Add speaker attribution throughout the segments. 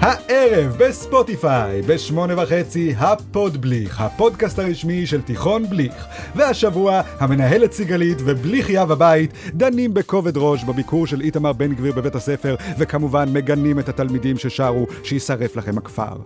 Speaker 1: הערב בספוטיפיי, בשמונה וחצי, הפודבליך, הפודקאסט הרשמי של תיכון בליך. והשבוע, המנהלת סיגלית ובליך יב הבית דנים בכובד ראש בביקור של איתמר בן גביר בבית הספר, וכמובן מגנים את התלמידים ששרו שישרף לכם הכפר.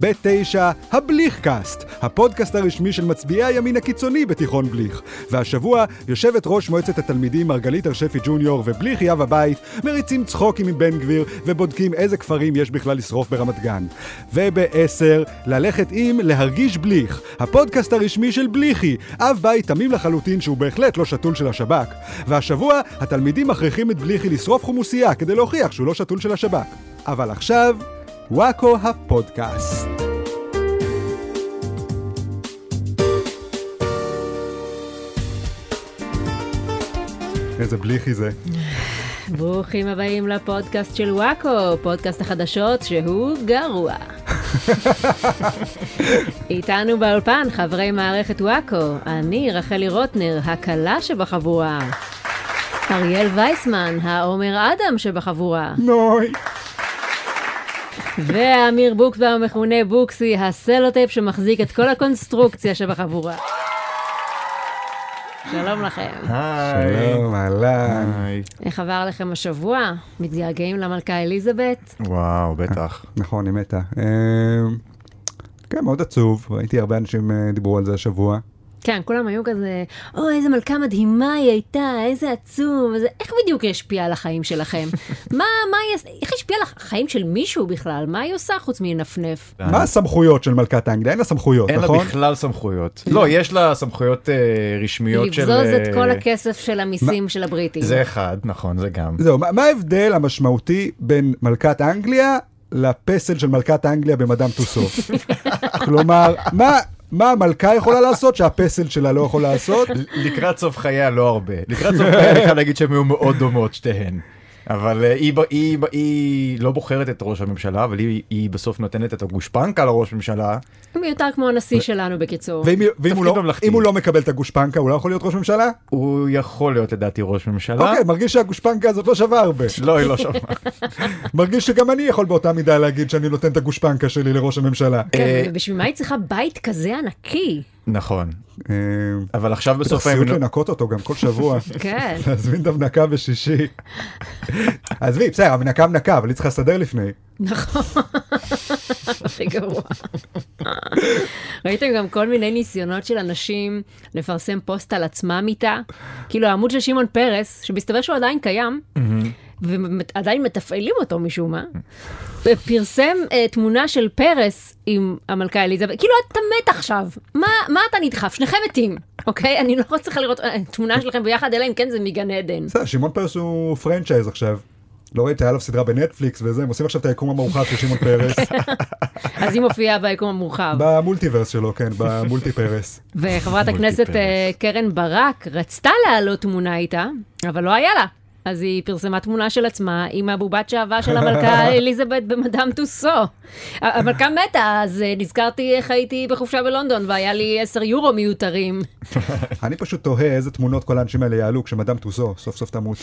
Speaker 1: בתשע, הבליכקאסט, הפודקאסט הרשמי של מצביעי הימין הקיצוני בתיכון בליך. והשבוע, יושבת ראש מועצת התלמידים מרגלית הרשפי ג'וניור ובליך יב הבית מריצים צחוקים עם בן גביר ובודקים איזה כפרים יש בכלל לשרוף ברמת גן. ובעשר, ללכת עם להרגיש בליך, הפודקאסט הרשמי של בליכי, אב בית תמים לחלוטין שהוא בהחלט לא שתול של השב"כ. והשבוע, התלמידים מכריחים את בליכי לשרוף חומוסייה כדי להוכיח שהוא לא שתול של השב"כ. אבל עכשיו, וואקו הפודקאסט. איזה בליכי זה.
Speaker 2: ברוכים הבאים לפודקאסט של וואקו, פודקאסט החדשות שהוא גרוע. איתנו באולפן חברי מערכת וואקו, אני רחלי רוטנר, הכלה שבחבורה. אריאל וייסמן, העומר אדם שבחבורה.
Speaker 1: נוי.
Speaker 2: ואמיר בוקסבאום המכונה בוקסי, הסלוטייפ שמחזיק את כל הקונסטרוקציה שבחבורה. שלום לכם.
Speaker 3: היי.
Speaker 1: שלום, אהלן.
Speaker 3: היי.
Speaker 2: איך עבר לכם השבוע? מתגעגעים למלכה אליזבת?
Speaker 3: וואו, בטח.
Speaker 1: נכון, היא מתה. אה, כן, מאוד עצוב, ראיתי הרבה אנשים אה, דיברו על זה השבוע.
Speaker 2: כן, כולם היו כזה, או, איזה מלכה מדהימה היא הייתה, איזה עצום, איזה... איך בדיוק היא השפיעה על החיים שלכם? מה, מה היא... עש- איך היא השפיעה על החיים של מישהו בכלל? מה היא עושה חוץ מלנפנף?
Speaker 1: מה הסמכויות של מלכת אנגליה? אין לה סמכויות,
Speaker 3: כן. אה, אין לה
Speaker 1: נכון?
Speaker 3: בכלל סמכויות. לא, יש לה סמכויות אה, רשמיות של...
Speaker 2: לבזוז
Speaker 3: אה,
Speaker 2: את כל הכסף של המיסים של הבריטים.
Speaker 3: זה אחד, נכון, זה גם.
Speaker 1: זהו, מה מה ההבדל המשמעותי בין מלכת אנגליה לפסל של מלכת אנגליה במדאם טוסו? כלומר, מה... מה המלכה יכולה לעשות שהפסל שלה לא יכול לעשות?
Speaker 3: לקראת סוף חייה לא הרבה. לקראת סוף חייה אני חייב להגיד שהן היו מאוד דומות שתיהן. אבל אה, היא ב- היא ב- היא לא בוחרת את ראש הממשלה, אבל היא- היא בסוף נותנת את הגושפנקה לראש הממשלה.
Speaker 2: מיותר כמו הנשיא שלנו, בקיצור.
Speaker 1: ואם, ואם הוא לא,
Speaker 3: תפקיד ממלכתי.
Speaker 1: אם הוא לא מקבל את הגושפנקה, הוא לא יכול להיות ראש ממשלה?
Speaker 3: הוא יכול להיות לדעתי ראש ממשלה.
Speaker 1: אוקיי, מרגיש שהגושפנקה הזאת לא שווה הרבה.
Speaker 3: לא, היא לא שמעה.
Speaker 1: מרגיש שגם אני יכול באותה מידה להגיד שאני נותן את הגושפנקה שלי לראש הממשלה.
Speaker 2: כן,
Speaker 3: אה,
Speaker 2: ובשביל מה היא צריכה בית כזה ענקי?
Speaker 3: נכון.
Speaker 1: אה,
Speaker 3: אבל עכשיו בסוף
Speaker 1: סיוט
Speaker 3: הימים...
Speaker 1: לנקות אותו גם כל שבוע.
Speaker 2: לא- כן.
Speaker 1: להזמין את המנקה בשישי. עזבי, בסדר, המנקה מנקה, אבל היא צריכה לסדר לפני.
Speaker 2: נכון, הכי גרוע. ראיתם גם כל מיני ניסיונות של אנשים לפרסם פוסט על עצמם איתה? כאילו העמוד של שמעון פרס, שמסתבר שהוא עדיין קיים, ועדיין מתפעלים אותו משום מה, ופרסם אה, תמונה של פרס עם המלכה אליזבת, כאילו אתה מת עכשיו, מה, מה אתה נדחף? שניכם מתים, אוקיי? אני לא צריכה לראות אה, תמונה שלכם ביחד, אלא אם כן זה מגן עדן.
Speaker 1: בסדר, שמעון פרס הוא פרנצ'ייז עכשיו. לא ראית, היה עליו סדרה בנטפליקס וזה, הם עושים עכשיו את היקום המורחב של שמעון פרס.
Speaker 2: כן. אז היא מופיעה ביקום המורחב.
Speaker 1: במולטיברס שלו, כן, במולטי פרס.
Speaker 2: וחברת
Speaker 3: מולטי
Speaker 2: הכנסת
Speaker 3: פרס.
Speaker 2: אה, קרן ברק רצתה להעלות תמונה איתה, אבל לא היה לה. אז היא פרסמה תמונה של עצמה עם הבובת שעבה של המלכה אליזבת במדאם טוסו. ה- המלכה מתה, אז אה, נזכרתי איך הייתי בחופשה בלונדון והיה לי 10 יורו מיותרים.
Speaker 1: אני פשוט תוהה איזה תמונות כל האנשים האלה יעלו כשמדאם טוסו סוף סוף תמות.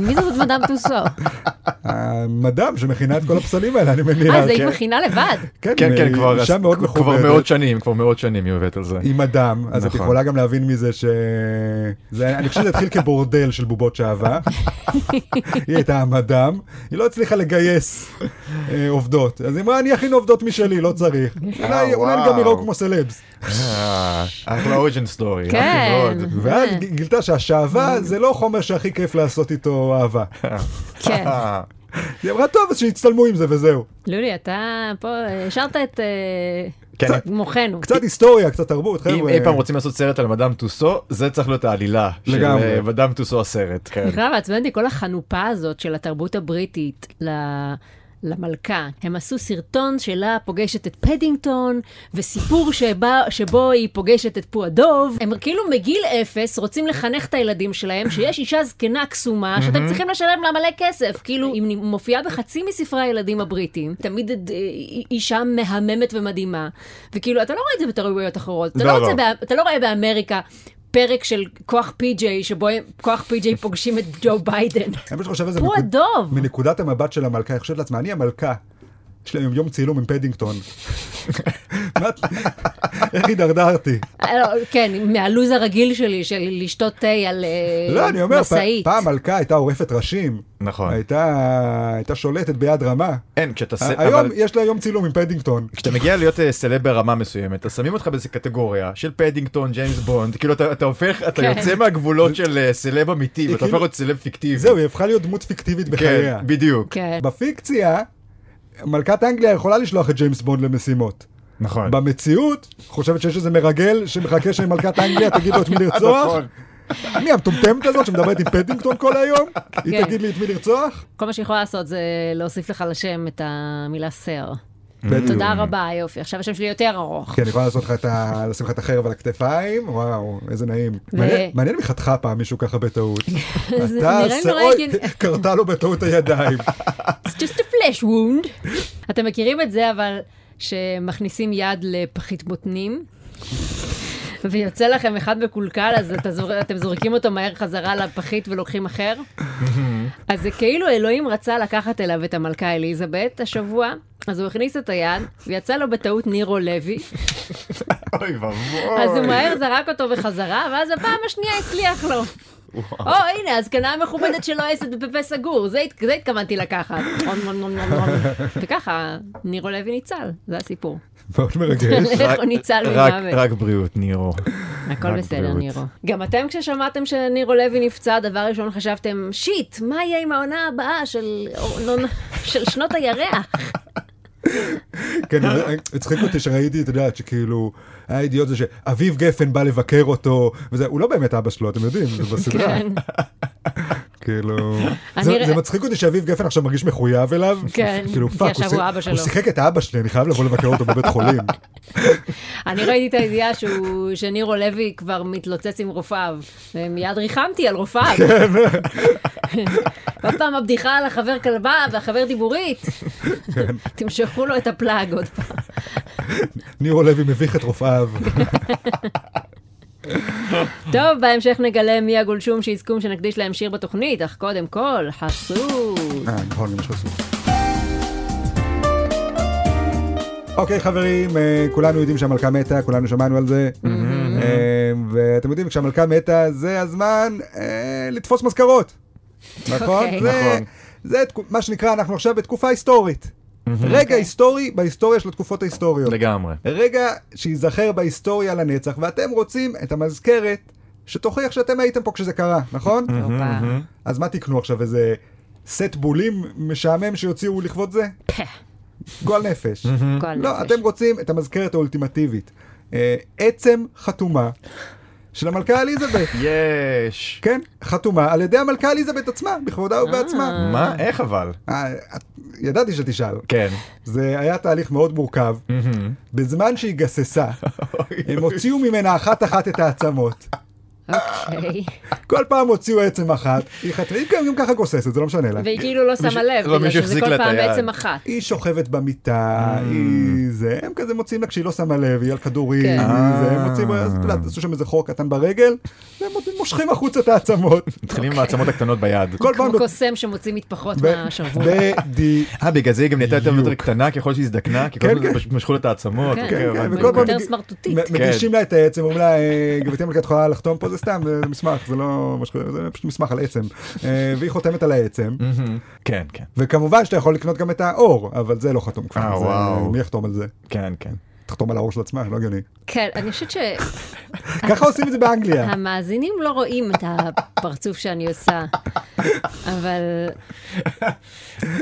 Speaker 2: מי זאת מדאם טוסו? אה,
Speaker 1: המדאם שמכינה את כל הפסלים האלה, אני מניח.
Speaker 2: אה, זה היא
Speaker 3: כן.
Speaker 2: מכינה לבד.
Speaker 3: כן, כן,
Speaker 1: היא
Speaker 3: כבר
Speaker 1: אישה מאוד
Speaker 3: כבר
Speaker 1: מכובדת.
Speaker 3: מאות שנים, כבר מאות שנים היא עובדת על זה.
Speaker 1: עם אדם, אז את
Speaker 3: נכון.
Speaker 1: יכולה גם להבין מזה ש... זה, אני חושב שזה התחיל כבורדל של בובות שעבה. היא הייתה עם אדם, היא לא הצליחה לגייס אה, עובדות. אז היא אמרה, אני אכין עובדות משלי, לא צריך. אולי, אולי אני גם
Speaker 3: וואו.
Speaker 1: יראו כמו סלבס.
Speaker 3: אה, אחלה אה, אוריג'ן סטורי.
Speaker 2: כן.
Speaker 1: ואז ג- גילתה שהשעווה זה לא חומר שהכי כיף לעשות איתו אהבה.
Speaker 2: כן.
Speaker 3: אה,
Speaker 1: היא אמרה, טוב, אז שיצטלמו עם זה וזהו.
Speaker 2: לולי, אתה פה אה, השארת את אה,
Speaker 3: כן.
Speaker 2: מוחנו.
Speaker 1: קצת היסטוריה, קצת תרבות,
Speaker 3: אם
Speaker 1: חבר'ה.
Speaker 3: אי פעם רוצים לעשות סרט על מדאם טוסו, זה צריך להיות העלילה של
Speaker 1: לגמרי.
Speaker 3: אה, מדאם טוסו הסרט. כן.
Speaker 2: בכלל מעצבן אותי כל החנופה הזאת של התרבות הבריטית ל... למלכה. הם עשו סרטון שלה פוגשת את פדינגטון, וסיפור שבה, שבו היא פוגשת את פועדוב. הם כאילו מגיל אפס רוצים לחנך את הילדים שלהם שיש אישה זקנה קסומה שאתם צריכים לשלם לה מלא כסף. כאילו, היא מופיעה בחצי מספרי הילדים הבריטים, תמיד אה, אישה מהממת ומדהימה. וכאילו, אתה לא רואה את זה בתרבויות אחרות. אתה
Speaker 3: לא,
Speaker 2: לא, רוצה
Speaker 3: לא.
Speaker 2: בא- אתה לא רואה באמריקה פרק של כוח פי.ג'יי, שבו הם- כוח פי.ג'יי פוגשים את ג'ו ביידן.
Speaker 1: אני פשוט חושב על זה
Speaker 2: הוא
Speaker 1: מנקוד-
Speaker 2: הדוב.
Speaker 1: מנקודת המבט של המלכה, היא חושבת לעצמה, אני המלכה. יש להם יום צילום עם פדינגטון. מה את- איך הידרדרתי?
Speaker 2: לא, כן, מהלו"ז הרגיל שלי, של לשתות תה על אה,
Speaker 1: לא, אני אומר, פ-
Speaker 2: משאית.
Speaker 1: פעם מלכה הייתה עורפת ראשים.
Speaker 3: נכון.
Speaker 1: הייתה הייתה שולטת ביד רמה.
Speaker 3: אין, כשאתה... ס-
Speaker 1: אה, היום
Speaker 3: אבל-
Speaker 1: יש לה יום צילום עם פדינגטון.
Speaker 3: כשאתה מגיע להיות אה, סלב ברמה מסוימת, אז שמים אותך באיזה קטגוריה של פדינגטון, ג'יימס בונד, כאילו אתה אתה הופך, אתה
Speaker 2: כן.
Speaker 3: יוצא מהגבולות של אה, סלב אמיתי, ואתה
Speaker 1: כאילו-
Speaker 3: הופך להיות סלב פיקטיבי.
Speaker 1: זהו, היא הפכה להיות דמות פיקטיבית בחייה.
Speaker 3: כן, בדיוק.
Speaker 2: כן.
Speaker 1: בפיקציה, מלכת אנגליה יכולה לשלוח את ג'יימס בונד למשימות.
Speaker 3: נכון.
Speaker 1: במציאות, חושבת שיש איזה מרגל שמחכה שמלכת אנגליה תגיד לו את מי לרצוח?
Speaker 3: נכון.
Speaker 1: מי המטומטמת הזאת שמדברת עם פדינגטון כל היום? היא
Speaker 2: כן.
Speaker 1: תגיד לי את מי לרצוח?
Speaker 2: כל מה שהיא יכולה לעשות זה להוסיף לך לשם את המילה סר.
Speaker 3: Mm.
Speaker 1: בדיוק.
Speaker 2: תודה רבה, יופי. עכשיו השם שלי יותר ארוך.
Speaker 1: כן, אני יכולה לעשות לך את ה... לשים לך את החרב על הכתפיים, וואו, איזה נעים.
Speaker 2: ו-
Speaker 1: מעניין- מעניין אם היא חתכה פעם מישהו ככה בטעות.
Speaker 2: זה
Speaker 1: אתה
Speaker 2: נראה
Speaker 1: עשה-
Speaker 2: נורא
Speaker 1: אוי,
Speaker 2: הגיוני.
Speaker 1: קרתה לו בטעות הידיים.
Speaker 2: It's just a flesh wound. אתם מכירים את זה, אבל שמכניסים יד לפחית בוטנים, ויוצא לכם אחד מקולקל, אז אתה זור... אתם זורקים אותו מהר חזרה לפחית ולוקחים אחר? אז זה כאילו אלוהים רצה לקחת אליו את המלכה אליזבת השבוע, אז הוא הכניס את היד, ויצא לו בטעות נירו לוי,
Speaker 3: אוי ואבוי.
Speaker 2: אז הוא מהר זרק אותו בחזרה, ואז הפעם השנייה הצליח לו. או הנה הזקנה המכובדת שלא אסת בפה סגור, זה הת- זה התכוונתי לקחת. נום, נום, נום, נום, נום. וככה נירו לוי ניצל, זה הסיפור.
Speaker 1: מאוד מרגש.
Speaker 2: איך הוא ניצל
Speaker 3: רק-
Speaker 2: ממוות.
Speaker 3: רק בריאות, נירו.
Speaker 2: הכל
Speaker 3: רק
Speaker 2: בסדר
Speaker 3: בריאות.
Speaker 2: נירו. גם אתם כששמעתם שנירו לוי נפצע, דבר ראשון חשבתם, שיט, מה יהיה עם העונה הבאה של אורנון- של שנות הירח?
Speaker 1: כן, אבל הצחיק אותי שראיתי, את יודעת, שכאילו, היה אידיוט זה שאביב גפן בא לבקר אותו, וזה, הוא לא באמת אבא שלו, אתם יודעים, זה בסדרה.
Speaker 2: כן,
Speaker 1: כאילו,
Speaker 2: אני
Speaker 1: זה
Speaker 2: ר-
Speaker 1: זה מצחיק אותי שאביב גפן עכשיו מרגיש מחויב אליו.
Speaker 2: כן,
Speaker 1: כאילו,
Speaker 2: כי
Speaker 1: פאק,
Speaker 2: עכשיו
Speaker 1: הוא
Speaker 2: הוא
Speaker 1: שיחק-
Speaker 2: אבא שלו."
Speaker 1: הוא שיחק את האבא שלי, אני חייב לבוא לבקר אותו בבית חולים.
Speaker 2: אני ראיתי את הידיעה שהוא- שנירו לוי כבר מתלוצץ עם רופאיו, ומיד ריחמתי על רופאיו.
Speaker 1: כן.
Speaker 2: עוד פעם הבדיחה על החבר כלבה והחבר דיבורית.
Speaker 1: כן.
Speaker 2: תמשכו לו את הפלאג עוד פעם.
Speaker 1: נירו לוי מביך את רופאיו.
Speaker 2: טוב, בהמשך נגלה מי הגולשום שיזכום שנקדיש להם שיר בתוכנית, אך קודם כל, חסות.
Speaker 1: אה, נכון, גם שעשו. אוקיי חברים, אה, כולנו יודעים שהמלכה מתה, כולנו שמענו על זה.
Speaker 2: Mm-hmm,
Speaker 1: אה, ואתם יודעים, כשהמלכה מתה זה הזמן אה, לתפוס מזכרות. נכון?
Speaker 2: אוקיי.
Speaker 1: זה-
Speaker 3: נכון.
Speaker 1: זה תקו- מה שנקרא, אנחנו עכשיו בתקופה היסטורית.
Speaker 2: אוקיי.
Speaker 1: רגע היסטורי בהיסטוריה של התקופות ההיסטוריות.
Speaker 3: Mm-hmm. לגמרי.
Speaker 1: רגע שייזכר בהיסטוריה לנצח, ואתם רוצים את המזכרת שתוכיח שאתם הייתם פה כשזה קרה, נכון?
Speaker 2: הופה.
Speaker 1: אז מה תקנו עכשיו, איזה סט בולים משעמם שיוציאו לכבוד זה?
Speaker 2: פה.
Speaker 1: גועל נפש.
Speaker 2: גועל
Speaker 1: לא,
Speaker 2: כן, נפש.
Speaker 1: אתם רוצים את המזכרת האולטימטיבית. אה, עצם חתומה של המלכה אליזבת.
Speaker 3: יש.
Speaker 1: כן, חתומה על ידי המלכה אליזבת עצמה, בכבודה ובעצמה.
Speaker 3: מה? איך אבל?
Speaker 1: אה, את- ידעתי שתשאל.
Speaker 3: כן.
Speaker 1: זה היה תהליך מאוד מורכב. בזמן שהיא גססה, הם הוציאו ממנה אחת-אחת את העצמות.
Speaker 2: אוקיי.
Speaker 1: אה, כל פעם הוציאו עצם אחת, היא חתמה, היא גם גם ככה גוססת, זה לא משנה לה.
Speaker 2: והיא כאילו לא
Speaker 1: אה,
Speaker 2: שמה לב,
Speaker 3: לא,
Speaker 2: בגלל
Speaker 3: מישהו
Speaker 2: שזה
Speaker 3: החזיק לה
Speaker 2: כל
Speaker 3: את
Speaker 2: פעם
Speaker 3: היד.
Speaker 2: בעצם אחת.
Speaker 1: היא שוכבת במיטה, היא זה, הם כזה מוצאים לה כשהיא לא שמה לב, היא על כדורים,
Speaker 2: כן.
Speaker 1: היא זה, הם מוצאים, אז את יודעת, עשו שם איזה חור קטן ברגל, והם מושכים החוצה את העצמות.
Speaker 3: מתחילים עם העצמות הקטנות ביד.
Speaker 1: אוקיי. כל פעם...
Speaker 2: כמו קוסם שמוציא מטפחות
Speaker 1: ב-
Speaker 2: מהשרוול.
Speaker 1: בדי-
Speaker 3: אה, בגלל זה היא גם נהייתה יותר ויותר
Speaker 1: בדיוק.
Speaker 3: קטנה ככל שהיא הזדקנה, כי כל
Speaker 1: כן,
Speaker 3: הזמן
Speaker 1: כן.
Speaker 3: פשוט משכו לה את העצמות.
Speaker 2: כן,
Speaker 3: אוקיי,
Speaker 1: כן, כן,
Speaker 3: הבנתי.
Speaker 1: וכל פעם
Speaker 2: יותר
Speaker 1: מגיע-
Speaker 2: סמרטוטית.
Speaker 1: מ-
Speaker 3: כן.
Speaker 1: מגישים לה את העצם, אומרים לה, "אה, גברתי המלכה, את יכולה לחתום פה, זה סתם, זה מסמך, זה לא משהו, זה פשוט מסמך על עצם. אה, והיא חותמת על העצם,
Speaker 3: מהמם. כן, כן,
Speaker 1: וכמובן שאתה יכול לקנות גם את האור, אבל זה לא חתום כבר.
Speaker 3: אה,
Speaker 1: זה-
Speaker 3: וואו.
Speaker 1: מי יחתום על זה?
Speaker 3: כן, כן.
Speaker 1: תחתום על האור של עצמה, לא הגיוני.
Speaker 2: כן, אני חושבת ש...
Speaker 1: ככה עושים את זה באנגליה.
Speaker 2: המאזינים לא רואים את הפרצוף שאני עושה, אבל...
Speaker 1: כן.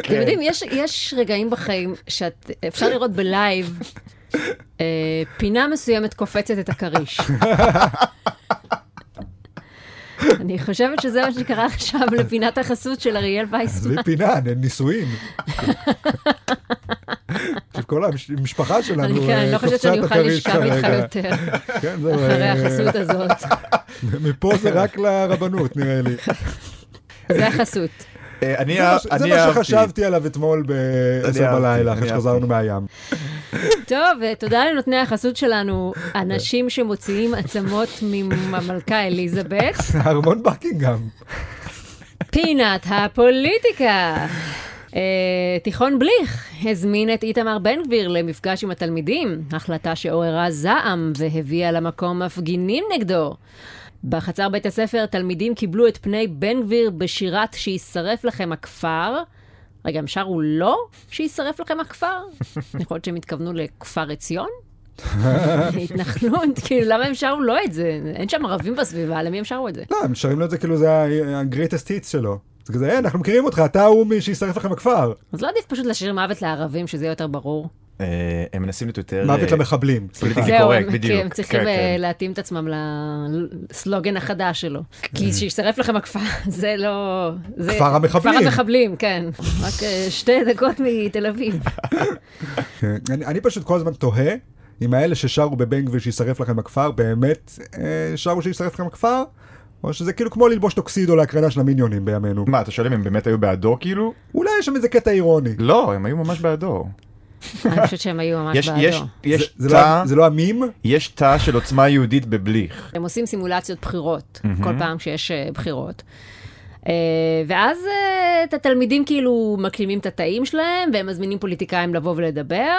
Speaker 2: אתם יודעים, יש, יש רגעים בחיים שאפשר לראות בלייב, אה, פינה מסוימת קופצת את הכריש. אני חושבת שזה מה שקרה עכשיו לפינת החסות של אריאל וייסמן.
Speaker 1: עזבי פינה, נ- נישואים. עכשיו כל המש- המשפחה שלנו
Speaker 2: אני כן, אני לא
Speaker 1: אה,
Speaker 2: חושבת
Speaker 1: קפצה
Speaker 2: שאני
Speaker 1: את
Speaker 2: אוכל
Speaker 1: הכריש
Speaker 2: לשכב איתך
Speaker 1: כרגע.
Speaker 2: יותר
Speaker 1: כן, זהו,
Speaker 2: אחרי
Speaker 1: אה,
Speaker 2: החסות הזאת.
Speaker 1: מפה זה רק לרבנות, נראה לי. זה
Speaker 2: זה החסות.
Speaker 3: אה, אני
Speaker 1: מה
Speaker 3: אה-
Speaker 1: ש- זה
Speaker 3: אני
Speaker 1: מה
Speaker 3: אהבתי.
Speaker 1: שחשבתי עליו אתמול ב-10
Speaker 3: אהבתי,
Speaker 1: בלילה, אחרי
Speaker 3: אני
Speaker 1: שחזרנו
Speaker 3: אהבתי.
Speaker 1: מהים.
Speaker 2: טוב, ותודה לנותני החסות שלנו, אנשים שמוציאים עצמות מהמלכה אליזבת.
Speaker 1: ארמון בקינגהם.
Speaker 2: פינת הפוליטיקה. Uh, אה, תיכון בליך הזמין את איתמר בן גביר למפגש עם התלמידים, החלטה שעוררה זעם והביאה למקום מפגינים נגדו. בחצר בית הספר תלמידים קיבלו את פני בן גביר בשירת "שישרף לכם הכפר". רגע, הם שרו לא "שישרף לכם הכפר"? יכול להיות שהם התכוונו לכפר עציון? התנחלות, כאילו, למה הם שרו לא את זה? אין שם ערבים בסביבה, למי הם שרו את זה?
Speaker 1: לא, הם שרים לו את זה כאילו זה ה-greatest hits שלו. זה כזה, "אה, אנחנו מכירים אותך, אתה הוא מי שישרף לכם בכפר.
Speaker 2: אז לא עדיף פשוט לשיר מוות לערבים, שזה יהיה יותר ברור.
Speaker 3: אה, הם מנסים להיות יותר...
Speaker 1: מוות
Speaker 3: אה,
Speaker 1: למחבלים. סליחה.
Speaker 3: פוליטיקלי
Speaker 2: זהו,
Speaker 3: קורקט,
Speaker 2: הם- כי
Speaker 3: בדיוק.
Speaker 2: הם צריכים
Speaker 3: כן,
Speaker 2: אה,
Speaker 3: כן.
Speaker 2: להתאים את עצמם לסלוגן החדש שלו.
Speaker 3: כן.
Speaker 2: כי שישרף לכם הכפר, זה לא... זה-
Speaker 1: כפר המחבלים.
Speaker 2: כפר המחבלים, כן. רק אה, שתי דקות מתל אביב.
Speaker 1: כן. אני, אני פשוט כל הזמן תוהה אם האלה ששרו בבן גביר שישרף לכם הכפר, באמת אה, שרו שישרף לכם הכפר, או שזה כאילו כמו ללבוש טוקסידו להקרנה של המיניונים בימינו.
Speaker 3: מה, אתה שואל אם הם באמת היו בעדו כאילו?
Speaker 1: אולי יש שם איזה קטע אירוני.
Speaker 3: לא, הם היו ממש בעדו.
Speaker 2: אני חושבת שהם היו ממש
Speaker 3: יש- יש-
Speaker 2: בעדו.
Speaker 1: זה,
Speaker 3: יש
Speaker 1: זה,
Speaker 3: תא-
Speaker 1: לא, זה לא המים?
Speaker 3: יש תא של עוצמה יהודית בבליך.
Speaker 2: הם עושים סימולציות בחירות, כל פעם שיש אה, בחירות. אה, ואז אה, את התלמידים כאילו מקימים את התאים שלהם, והם מזמינים פוליטיקאים לבוא ולדבר.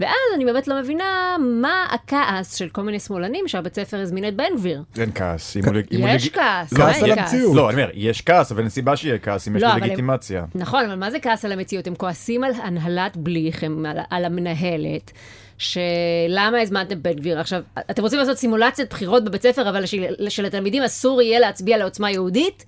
Speaker 2: ואז אני באמת לא מבינה מה הכעס של כל מיני שמאלנים שהבית ספר הזמין את בן גביר.
Speaker 3: אין כעס. אם הוא לג- אם הוא
Speaker 2: יש
Speaker 3: לג-
Speaker 2: כעס,
Speaker 3: לא,
Speaker 2: מה
Speaker 1: כעס
Speaker 2: אין
Speaker 1: על
Speaker 2: כעס?
Speaker 1: המציאות.
Speaker 3: לא, אני אומר, יש כעס, אבל אין סיבה שיהיה כעס אם יש
Speaker 2: לא,
Speaker 3: לו
Speaker 2: אבל הם-
Speaker 3: לגיטימציה.
Speaker 2: נכון, אבל מה זה כעס על המציאות? הם כועסים על הנהלת בליך, הם על, על המנהלת, שלמה הזמנתם בן גביר? עכשיו, אתם רוצים לעשות סימולציית בחירות בבית ספר, אבל של, שלתלמידים אסור יהיה להצביע לעוצמה יהודית?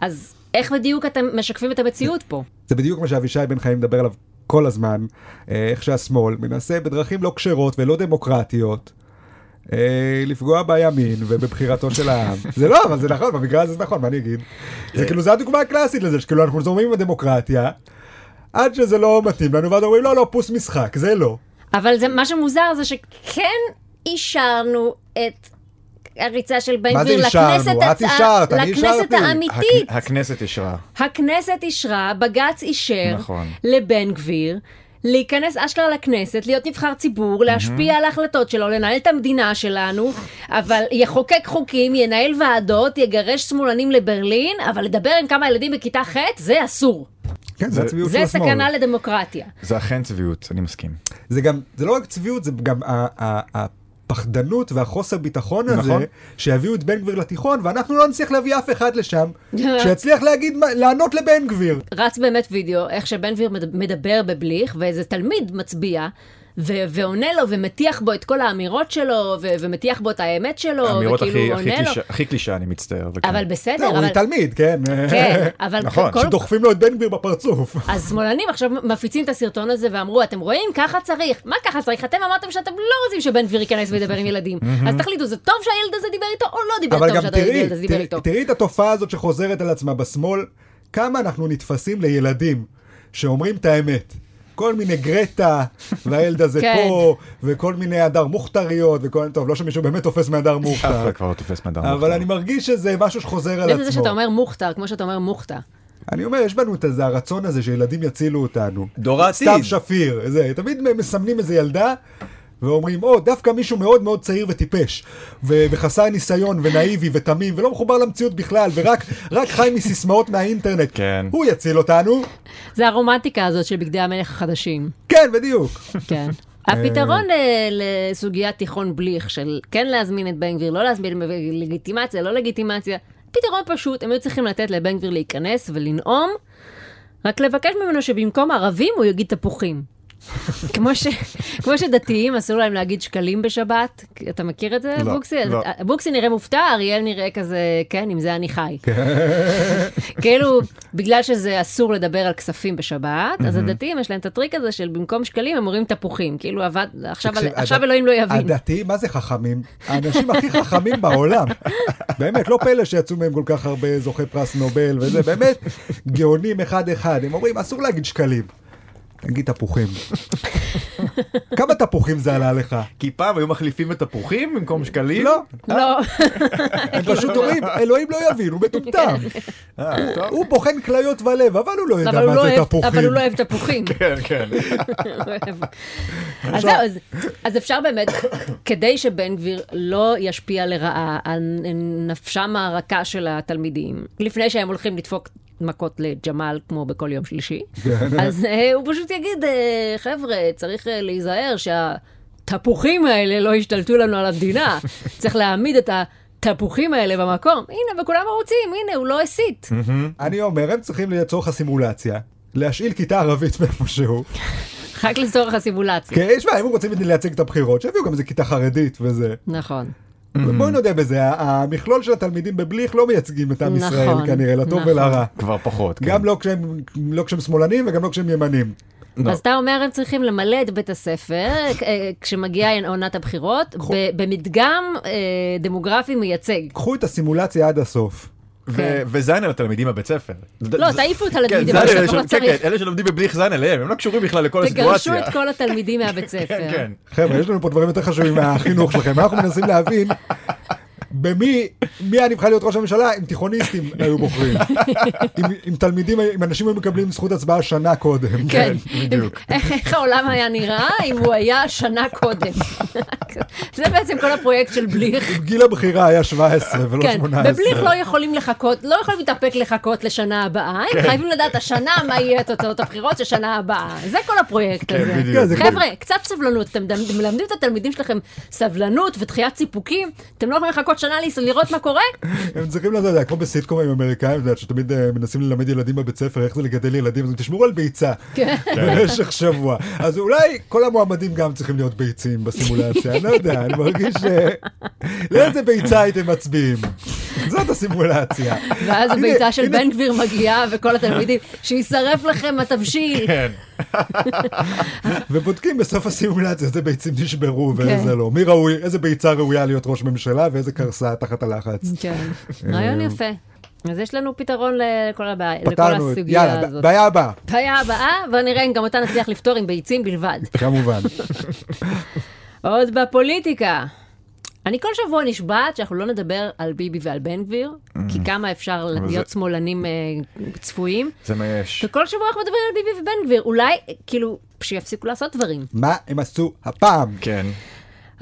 Speaker 2: אז איך בדיוק אתם משקפים את המציאות פה?
Speaker 1: זה בדיוק מה שאבישי בן חיים מדבר עליו כל הזמן, אה, איך שהשמאל מנסה בדרכים לא כשרות ולא דמוקרטיות. אה, לפגוע בימין ובבחירתו של העם. זה לא, אבל זה נכון, במקרה הזה זה נכון, מה אני אגיד? זה כאילו, זה הדוגמה הקלאסית לזה, שכאילו אנחנו זורמים עם הדמוקרטיה, עד שזה לא מתאים לנו, ואז אומרים, לא, לא, פוס משחק, זה לא.
Speaker 2: אבל זה, מה שמוזר זה שכן אישרנו את... הריצה של בן
Speaker 1: מה זה
Speaker 2: גביר
Speaker 1: אישרנו?
Speaker 2: לכנסת,
Speaker 1: את
Speaker 2: הצ-
Speaker 1: אישרת, אני
Speaker 2: לכנסת
Speaker 1: אישרתי.
Speaker 2: האמיתית.
Speaker 3: הכ- הכנסת אישרה.
Speaker 2: הכנסת אישרה, בג"ץ אישר,
Speaker 3: נכון.
Speaker 2: לבן גביר. להיכנס אשכרה לכנסת, להיות נבחר ציבור, להשפיע על ההחלטות שלו, לנהל את המדינה שלנו, אבל יחוקק חוקים, ינהל ועדות, יגרש שמאלנים לברלין, אבל לדבר עם כמה ילדים בכיתה ח' זה אסור.
Speaker 1: כן, זה
Speaker 3: זה-
Speaker 1: הצביעות של
Speaker 2: זה
Speaker 1: השמאל.
Speaker 2: סכנה לדמוקרטיה.
Speaker 3: זה אכן צביעות, אני מסכים.
Speaker 1: זה גם, זה לא רק צביעות, זה גם ה- ה- ה- הפחדנות והחוסר ביטחון הזה,
Speaker 3: נכון.
Speaker 1: שיביאו את בן גביר לתיכון, ואנחנו לא נצליח להביא אף אחד לשם, שיצליח להגיד, מה- לענות לבן גביר.
Speaker 2: רץ באמת וידאו, איך שבן גביר מד- מדבר בבליך, ואיזה תלמיד מצביע. ו- ועונה לו ומטיח בו את כל האמירות שלו ו- ומטיח בו את האמת שלו
Speaker 3: האמירות
Speaker 2: וכאילו
Speaker 3: הכי- הכי
Speaker 2: כאילו עונה לו
Speaker 3: קלישה- הכי קלישה, אני מצטער. אבל
Speaker 2: אבל
Speaker 3: כן.
Speaker 1: לא,
Speaker 2: בסדר
Speaker 1: הוא
Speaker 2: אבל
Speaker 1: תלמיד, כן.
Speaker 2: כן, אבל
Speaker 3: נכון,
Speaker 2: כל...
Speaker 1: שדוחפים לו את בן גביר בפרצוף.
Speaker 2: אז שמאלנים עכשיו מפיצים את הסרטון הזה ואמרו, אתם רואים? ככה צריך. מה ככה צריך? אתם אמרתם שאתם לא רוצים שבן גביר ייכנס וידבר עם ילדים. אז תחליטו, זה טוב שהילד הזה דיבר איתו, או לא דיבר
Speaker 1: אבל
Speaker 2: טוב
Speaker 1: גם
Speaker 2: שהילד
Speaker 1: תראי,
Speaker 2: הזה דיבר
Speaker 1: תראי-
Speaker 2: איתו.
Speaker 1: תראי את התופעה הזאת שחוזרת על עצמה בשמאל, כמה אנחנו נתפסים לילדים שאומרים את האמת. כל מיני גרטה, והילד הזה
Speaker 2: כן.
Speaker 1: פה, וכל מיני הדר מוכתריות, וכל מיני, טוב, לא שמישהו באמת תופס מהדר
Speaker 3: אף
Speaker 1: מוכתר.
Speaker 3: אחד כבר לא תופס מאדם.
Speaker 1: אבל אני מרגיש שזה משהו שחוזר על
Speaker 2: זה זה שאתה
Speaker 1: עצמו.
Speaker 2: אומר מוכתר, כמו שאתה אומר מוכתר.
Speaker 1: אני אומר, יש בנו את זה, הרצון הזה שילדים יצילו אותנו.
Speaker 3: דור העתיד.
Speaker 1: סתיו שפיר, זה, תמיד מסמנים איזה ילדה. ואומרים, או, דווקא מישהו מאוד מאוד צעיר וטיפש, ו- וחסר ניסיון, ונאיבי, ותמים, ולא מחובר למציאות בכלל, ורק רק חי מסיסמאות מהאינטרנט.
Speaker 3: כן.
Speaker 1: הוא יציל אותנו.
Speaker 2: זה הרומנטיקה הזאת של בגדי המלך החדשים.
Speaker 1: כן, בדיוק.
Speaker 2: כן. הפתרון אה, לסוגיית תיכון בליך של כן להזמין את בן גביר, לא להזמין לגיטימציה, לא לגיטימציה, פתרון פשוט, הם היו צריכים לתת לבן גביר להיכנס ולנאום, רק לבקש ממנו שבמקום ערבים הוא יגיד תפוחים. כמו, ש... כמו שדתיים אסור להם להגיד שקלים בשבת, אתה מכיר את זה,
Speaker 3: לא,
Speaker 2: בוקסי? אז-
Speaker 3: לא.
Speaker 2: בוקסי נראה מופתע, אריאל נראה כזה, כן, עם זה אני חי. כאילו, בגלל שזה אסור לדבר על כספים בשבת, אז הדתיים יש להם את הטריק הזה של במקום שקלים הם אומרים תפוחים. כאילו, עבד, עכשיו, על,
Speaker 1: תקשיב,
Speaker 2: עכשיו
Speaker 1: הד-
Speaker 2: אלוהים לא יבין.
Speaker 1: הדתיים, מה זה חכמים? האנשים הכי חכמים בעולם. באמת, לא פלא שיצאו מהם כל כך הרבה זוכי פרס נובל וזה, באמת, גאונים אחד-אחד. הם אומרים, אסור להגיד שקלים. תגיד תפוחים. כמה תפוחים זה עלה לך?
Speaker 3: כי פעם היו מחליפים את תפוחים במקום שקלים?
Speaker 1: לא,
Speaker 2: לא,
Speaker 1: הם פשוט אומרים, אלוהים לא יבין,
Speaker 2: כן.
Speaker 1: הוא מטומטם.
Speaker 3: אה, טוב.
Speaker 1: הוא בוחן כליות ולב, אבל הוא לא יודע
Speaker 2: אבל הוא
Speaker 1: מה
Speaker 2: לא
Speaker 1: זה
Speaker 2: אוהב-
Speaker 1: תפוחים.
Speaker 2: אבל הוא לא אוהב תפוחים.
Speaker 3: כן, כן.
Speaker 2: אז זהו, אז- אז אפשר באמת, כדי שבן גביר לא ישפיע לרעה על נפשם הרכה של התלמידים, לפני שהם הולכים לדפוק מכות לג'מאל כמו בכל יום שלישי. אז אה, הוא פשוט יגיד, אה, חבר'ה, צריך אה, להיזהר שהתפוחים האלה לא ישתלטו לנו על המדינה. צריך להעמיד את התפוחים האלה במקום. הנה, וכולם מרוצים, הנה, הוא לא הסית.
Speaker 1: אני אומר, הם צריכים לצורך הסימולציה, להשאיל כיתה ערבית מאיפשהו.
Speaker 2: רק לצורך הסימולציה.
Speaker 1: כן, שמע, אם הם רוצים לייצג את הבחירות, שיביאו גם איזה כיתה חרדית וזה.
Speaker 2: נכון.
Speaker 1: בואי נודה בזה, ה- המכלול של התלמידים בבליך לא מייצגים את עם ישראל
Speaker 2: נכון,
Speaker 1: כנראה, לטוב
Speaker 2: נכון.
Speaker 1: ולרע.
Speaker 3: כבר פחות. כן.
Speaker 1: גם לא כשהם, לא כשהם שמאלנים וגם לא כשהם ימנים.
Speaker 3: לא.
Speaker 2: אז אתה אומר, הם צריכים למלא את בית הספר אה, כשמגיעה עונת הבחירות,
Speaker 1: קחו.
Speaker 2: ב- במדגם אה, דמוגרפי מייצג.
Speaker 1: קחו את הסימולציה עד הסוף.
Speaker 3: ו- וזיין על התלמידים בבית ספר.
Speaker 2: כן. לא, תעיפו את
Speaker 3: כן,
Speaker 2: התלמידים,
Speaker 3: זיין
Speaker 2: אבל
Speaker 3: אלה
Speaker 2: לא
Speaker 3: של- כן,
Speaker 2: צריך.
Speaker 3: כן, אלה שלומדים בבליך זין עליהם, הם לא קשורים בכלל לכל
Speaker 2: תגרשו
Speaker 3: הסיטואציה.
Speaker 2: את כל התלמידים מהבית
Speaker 3: כן,
Speaker 2: ספר.
Speaker 3: כן.
Speaker 1: חבר'ה, יש לנו פה דברים יותר חשובים מהחינוך שלכם, אנחנו מנסים להבין במי, מי היה נבחר להיות ראש הממשלה, אם תיכוניסטים היו בוחרים. אם, אם תלמידים, אם אנשים היו מקבלים זכות הצבעה שנה קודם.
Speaker 2: כן,
Speaker 3: בדיוק.
Speaker 2: איך איך העולם היה נראה אם הוא היה שנה קודם. זה בעצם כל הפרויקט של בליך.
Speaker 1: גיל הבחירה היה 17 ולא
Speaker 2: כן,
Speaker 1: 18.
Speaker 2: בבליך לא יכולים לחכות, לא יכולים להתאפק לחכות לשנה הבאה,
Speaker 3: כן.
Speaker 2: הם חייבים לדעת השנה מה יהיה את תוצאות הבחירות של שנה הבאה. זה כל הפרויקט
Speaker 3: כן,
Speaker 2: הזה.
Speaker 3: בדיוק.
Speaker 1: כן, זה
Speaker 2: חבר'ה, קצת סבלנות, אתם מלמד- מלמדים את התלמידים שלכם סבלנות ודחיית סיפוקים, אתם לא יכולים לחכות שנה לס- לראות מה קורה?
Speaker 1: הם צריכים לדעת, כמו בסיטקומים אמריקאים, את יודעת, שתמיד אה, מנסים ללמד ילדים בבית ספר איך זה לגדל ילדים, אז הם תשמרו על ביצה.
Speaker 2: כן.
Speaker 1: במשך שבוע. אז אולי כל המועמדים גם צריכים להיות ביצים בסימולציה, אני לא יודע, אני מרגיש ש... לאיזה ביצה הייתם מצביעים? זאת הסימולציה.
Speaker 2: ואז
Speaker 1: הנה,
Speaker 2: הביתה של
Speaker 1: הנה,
Speaker 2: בן גביר מגיעה וכל התלמידים, שישרף לכם התבשיל.
Speaker 3: כן.
Speaker 1: ובודקים בסוף הסימולציה איזה ביצים נשברו ואיזה
Speaker 2: כן.
Speaker 1: לא. מי ראוי, איזה ביצה ראויה להיות ראש ממשלה ואיזה קרסה תחת הלחץ.
Speaker 2: כן, רעיון יפה. אז יש לנו פתרון לכל הבעיה, לכל
Speaker 1: פתרנו, את-
Speaker 2: הסוגיה
Speaker 1: יאללה, ב-
Speaker 2: הזאת.
Speaker 1: בעיה הבאה,
Speaker 2: בעיה הבאה, ונראה אם גם אותה נצליח לפתור עם ביצים בלבד.
Speaker 1: כמובן.
Speaker 2: עוד בפוליטיקה. אני כל שבוע נשבעת שאנחנו לא נדבר על ביבי ועל בן גביר, כי כמה אפשר
Speaker 3: Mm. אבל
Speaker 2: להיות
Speaker 3: זה-
Speaker 2: שמאלנים אה, צפויים.
Speaker 3: זה מה יש.
Speaker 2: וכל שבוע אנחנו מדברים על ביבי ובן גביר, אולי, אה, כאילו, שיפסיקו לעשות דברים.
Speaker 1: מה הם עשו הפעם?
Speaker 3: כן.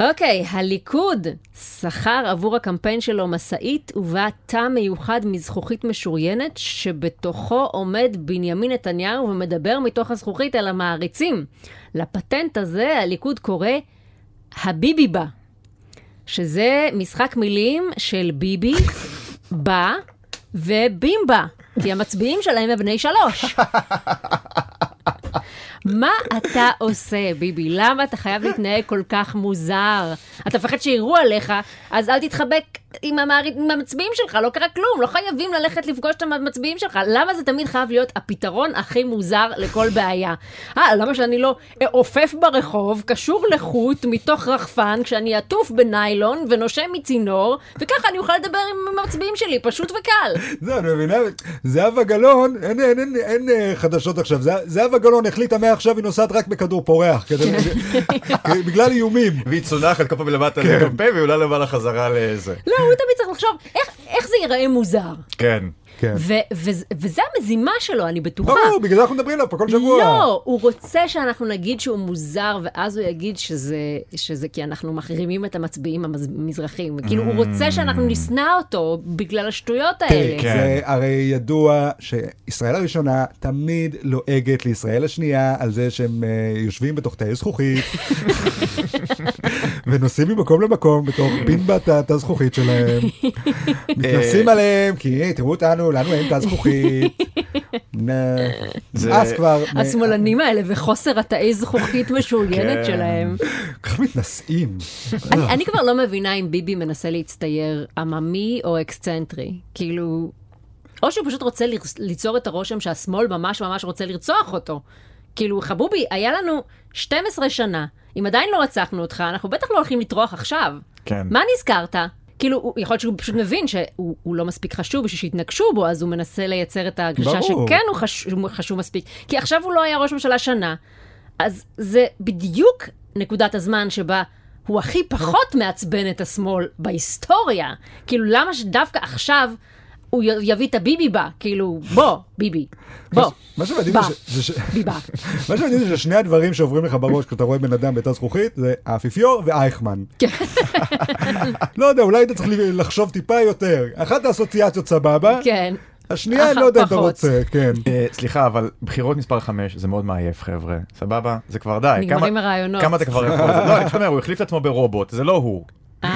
Speaker 2: אוקיי, הליכוד שכר עבור הקמפיין שלו משאית ובה תא מיוחד מזכוכית משוריינת, שבתוכו עומד בנימין נתניהו ומדבר מתוך הזכוכית אל המעריצים. לפטנט הזה הליכוד קורא הביביבה, שזה משחק מילים של ביבי, בא ובימבה, כי המצביעים שלהם הם בני שלוש. מה אתה עושה, ביבי? למה אתה חייב להתנהג כל כך מוזר? אתה מפחד שיראו עליך, אז אל תתחבק עם, המער... עם המצביעים שלך, לא קרה כלום, לא חייבים ללכת לפגוש את המצביעים שלך. למה זה תמיד חייב להיות הפתרון הכי מוזר לכל בעיה? אה, למה שאני לא אעופף ברחוב, קשור לחוט, מתוך רחפן, כשאני עטוף בניילון ונושם מצינור, וככה אני אוכל לדבר עם המצביעים שלי, פשוט וקל.
Speaker 1: זהו, אני מבינה, זהבה גלאון, אין, אין, אין, אין אה, חדשות עכשיו, זה- זהבה גלאון החליטה מעכשיו היא נוסעת רק בכדור פורח, כדי- כדי- בגלל איומים.
Speaker 3: והיא צונחת כל פעם למטה
Speaker 1: כן.
Speaker 3: לקמפה והיא עולה למעלה חזרה לזה.
Speaker 2: לא, הוא תמיד צריך לחשוב, איך, איך זה ייראה מוזר?
Speaker 3: כן.
Speaker 1: כן.
Speaker 2: ו- ו- וזה המזימה שלו, אני בטוחה.
Speaker 1: ברור, בגלל זה אנחנו מדברים עליו פה כל שבוע.
Speaker 2: לא, הוא רוצה שאנחנו נגיד שהוא מוזר, ואז הוא יגיד שזה, שזה כי אנחנו מחרימים את המצביעים המז- המזרחים. כאילו, הוא רוצה שאנחנו נשנא אותו בגלל השטויות האלה.
Speaker 1: Mm. כן. זה הרי ידוע שישראל הראשונה תמיד לועגת לישראל השנייה על זה שהם אה, יושבים בתוך תאי זכוכית ונוסעים ממקום למקום בתוך פינת התא זכוכית שלהם. מתנפסים עליהם כי "אה, תראו אותנו, לנו אין תא זכוכית. נה,
Speaker 3: זה-
Speaker 1: אז כבר,
Speaker 2: השמאלנים האלה וחוסר התאי זכוכית משוריינת
Speaker 3: כן.
Speaker 2: שלהם.
Speaker 1: ככה מתנשאים.
Speaker 2: אני, אני כבר לא מבינה אם ביבי מנסה להצטייר עממי או אקסצנטרי. כאילו, או שהוא פשוט רוצה לרס- ליצור את הרושם שהשמאל ממש ממש רוצה לרצוח אותו. כאילו, חבובי, היה לנו 12 שנה, אם עדיין לא רצחנו אותך, אנחנו בטח לא הולכים לטרוח עכשיו.
Speaker 3: כן.
Speaker 2: מה נזכרת? כאילו, הוא- יכול להיות שהוא פשוט מבין שהוא הוא לא מספיק חשוב בשביל שיתנגשו בו, אז הוא מנסה לייצר את ההרגשה
Speaker 1: ברור.
Speaker 2: שכן הוא חשוב, חשוב מספיק. כי עכשיו הוא לא היה ראש ממשלה שנה, אז זה בדיוק נקודת הזמן שבה הוא הכי פחות מעצבן את השמאל בהיסטוריה. כאילו, למה שדווקא עכשיו הוא י- יביא את הביבי בה? כאילו, בוא, ביבי, בוא,
Speaker 1: מה שמדהים
Speaker 2: בא.
Speaker 1: זה ש- זה ש...
Speaker 2: ביבה.
Speaker 1: מה שמדהים זה ששני הדברים שעוברים לך בראש כשאתה רואה בן אדם בתא זכוכית זה האפיפיור ואייכמן.
Speaker 2: כן.
Speaker 1: לא יודע, אולי היית צריך לחשוב טיפה יותר. אחת האסוציאציות סבבה,
Speaker 2: כן.
Speaker 1: השנייה,
Speaker 2: אח-
Speaker 1: אני לא יודע אם אתה
Speaker 2: פחות.
Speaker 1: רוצה, כן.
Speaker 3: אה, סליחה, אבל בחירות מספר 5 זה מאוד מעייף, חבר'ה. סבבה? זה כבר די.
Speaker 2: נגמרים
Speaker 3: כמה-
Speaker 2: הרעיונות.
Speaker 3: כמה אתה כבר יכול... לא, אני פשוט אומר, הוא החליף את עצמו ברובוט, זה לא הוא.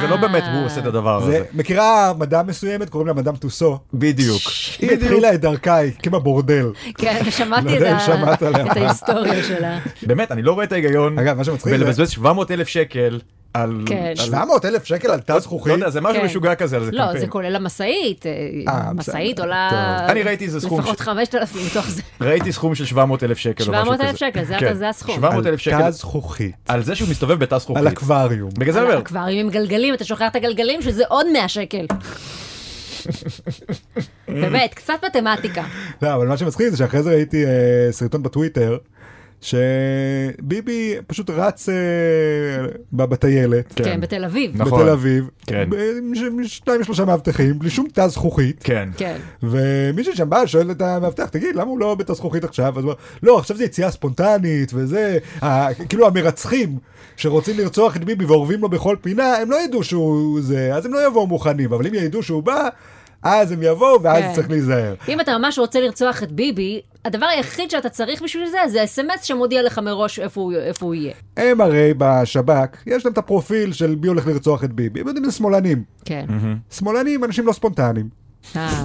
Speaker 3: זה לא באמת הוא
Speaker 2: אה.
Speaker 3: עושה את הדבר הזה.
Speaker 1: זה, מכירה מדאם מסוימת, קוראים לה מדאם טוסו.
Speaker 3: כן, בדיוק.
Speaker 1: היא התחילה את דרכה, היא הקימה בורדל.
Speaker 2: כן,
Speaker 1: לא
Speaker 2: שמעתי את
Speaker 1: יודע אם
Speaker 2: ה-
Speaker 1: שמעת עליה.
Speaker 2: את ההיסטוריה שלה.
Speaker 3: באמת, אני לא רואה את ההיגיון
Speaker 1: אגב, מה שמצחיק זה-
Speaker 3: בלבזבז 700 אלף שקל על...
Speaker 2: כן.
Speaker 3: על-
Speaker 1: 700 אלף שקל על
Speaker 3: לא
Speaker 1: תא זכוכית?
Speaker 3: יודע, זה משהו
Speaker 2: כן.
Speaker 3: משוגע כזה, על זה
Speaker 2: לא, זה
Speaker 3: קמפיין.
Speaker 2: כולל המשאית. אה,
Speaker 1: אה,
Speaker 2: משאית
Speaker 1: בסדר,
Speaker 2: עולה...
Speaker 3: טוב. אני ראיתי איזה סכום
Speaker 2: לפחות
Speaker 3: ש-
Speaker 2: 5,000 מתוך זה.
Speaker 3: ראיתי סכום של 700 אלף שקל או משהו כזה.
Speaker 2: 700,000 שקל, זה-
Speaker 3: כן,
Speaker 2: זה הסכום.
Speaker 3: 700 אלף
Speaker 1: על
Speaker 3: שקל אוקיי.
Speaker 1: תא זכוכית.
Speaker 3: על זה שהוא מסתובב בתא זכוכית.
Speaker 1: על אקווריום.
Speaker 3: בגלל זה אני אומר,
Speaker 2: כבר עם גלגלים, אתה שוכח את הגלגלים, שזה עוד 100 שקל. באמת, קצת מתמטיקה.
Speaker 1: לא, אבל מה שמצחיק זה שאחרי זה ראיתי אה, סרטון בטוויטר, שביבי פשוט רץ אה, ב- בטיילת,
Speaker 3: כן.
Speaker 2: כן, בתל אביב.
Speaker 3: נכון.
Speaker 1: בתל אביב,
Speaker 3: כן.
Speaker 1: ב- עם ש- עם שניים שלושה מאבטחים, בלי שום תא זכוכית.
Speaker 3: כן.
Speaker 2: כן.
Speaker 1: ומישהו שם בא, שואל את המאבטח, תגיד, למה הוא לא בתא זכוכית עכשיו? אז הוא אומר, לא, עכשיו זה יציאה ספונטנית, וזה, ה- כאילו המרצחים שרוצים לרצוח את ביבי ואורבים לו בכל פינה, הם לא ידעו שהוא זה, אז הם לא יבואו מוכנים, אבל אם ידעו שהוא בא, אז הם יבואו, ואז
Speaker 2: כן.
Speaker 1: צריך להיזהר.
Speaker 2: אם אתה ממש רוצה לרצוח את ביבי, הדבר היחיד שאתה צריך בשביל זה, זה אס.אם.אס שמודיע לך מראש איפה הוא- איפה הוא יהיה.
Speaker 1: הם הרי בשב"כ, יש להם את הפרופיל של מי הולך לרצוח את ביבי, הם יודעים שזה שמאלנים.
Speaker 2: כן.
Speaker 1: שמאלנים, אנשים לא ספונטניים.
Speaker 2: אה,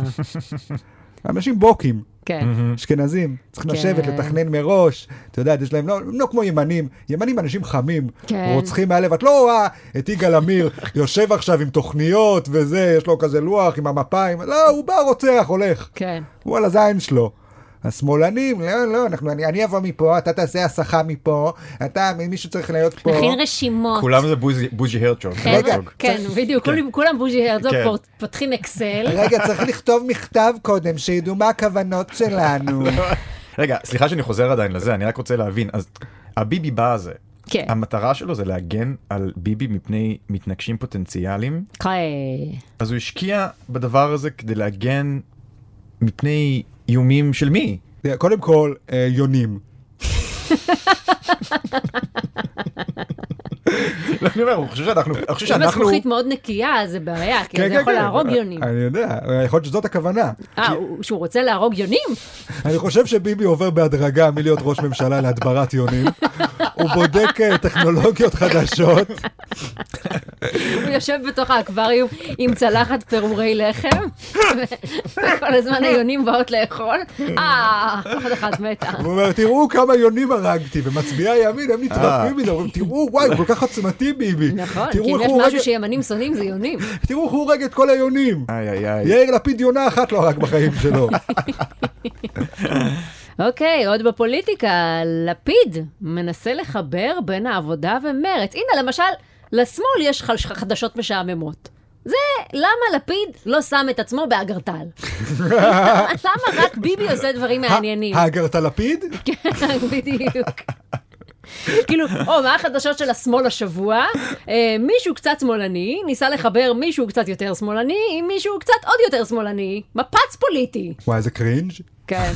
Speaker 1: אנשים בוקים,
Speaker 2: כן.
Speaker 1: אשכנזים, צריכים
Speaker 2: כן.
Speaker 1: לשבת, לתכנן מראש, את יודעת, יש להם, לא, הם לא כמו ימנים, ימנים אנשים חמים,
Speaker 2: כן.
Speaker 1: רוצחים מהלב, את לא רואה את יגאל עמיר יושב עכשיו עם תוכניות וזה, יש לו כזה לוח עם המפיים, לא, הוא בא, רוצח, הולך.
Speaker 2: כן.
Speaker 1: הוא על הזין שלו. השמאלנים, לא, לא, אנחנו, אני, אני אבוא מפה, אתה תעשה הסחה מפה, אתה, מישהו צריך להיות פה.
Speaker 2: נכין רשימות.
Speaker 3: כולם זה בוזי- בוז'י הרצוג.
Speaker 2: חבר'ה,
Speaker 3: הרצוג.
Speaker 2: כן, בדיוק, כולם- כולם בוז'י הרצוג
Speaker 3: כן.
Speaker 2: פה פותחים אקסל.
Speaker 1: רגע, צריך לכתוב מכתב קודם, שידעו מה הכוונות שלנו.
Speaker 3: רגע, סליחה שאני חוזר עדיין לזה, אני רק רוצה להבין. אז הביבי בא הזה,
Speaker 2: כן.
Speaker 3: המטרה שלו זה להגן על ביבי מפני מתנגשים פוטנציאליים,
Speaker 2: חי-
Speaker 3: אז הוא השקיע בדבר הזה כדי להגן מפני איומים של מי?
Speaker 1: קודם כל, אה, יונים.
Speaker 3: לא, אני אומר, הוא חושב שאנחנו, אני חושב
Speaker 2: אם
Speaker 3: שאנחנו,
Speaker 2: הזכוכית מאוד נקייה, זה בעיה,
Speaker 1: כן,
Speaker 2: כי כן, זה יכול להרוג יונים.
Speaker 1: אני יודע, יכול להיות שזאת הכוונה.
Speaker 2: אה, הוא- שהוא רוצה להרוג יונים?
Speaker 1: אני חושב שביבי עובר בהדרגה מלהיות ראש ממשלה להדברת יונים. הוא בודק אה, טכנולוגיות חדשות.
Speaker 2: הוא יושב בתוך האקווריום עם צלחת פירורי לחם, וכל הזמן היונים באות לאכול. אה, עוד אחת מתה.
Speaker 1: הוא אומר, תראו כמה יונים הרגתי, ומצביעי הימין, הם נטרפים מזה, אומרים, תראו, וואי, הוא כל כך עוצמתי ביבי.
Speaker 2: נכון, כי
Speaker 1: תראו
Speaker 2: אם
Speaker 1: איך
Speaker 2: יש
Speaker 1: הוא
Speaker 2: משהו
Speaker 1: הורג-
Speaker 2: שימנים שונאים זה יונים.
Speaker 1: תראו איך הוא הורג את כל היונים.
Speaker 3: איי איי איי,
Speaker 1: יאיר לפיד יונה אחת לא הרג בחיים שלו.
Speaker 2: אוקיי, עוד בפוליטיקה, לפיד מנסה לחבר בין העבודה ומרץ. הנה, למשל, לשמאל יש חש- חדשות משעממות. זה למה לפיד לא שם את עצמו באגרטל. למה רק ביבי עושה דברים מעניינים?
Speaker 1: האגרת לפיד?
Speaker 2: כן, בדיוק. כאילו, או, מה החדשות של השמאל השבוע? אה, מישהו קצת שמאלני ניסה לחבר מישהו קצת יותר שמאלני עם מישהו קצת עוד יותר שמאלני. מפץ פוליטי.
Speaker 1: וואי, איזה קרינג'.
Speaker 2: כן.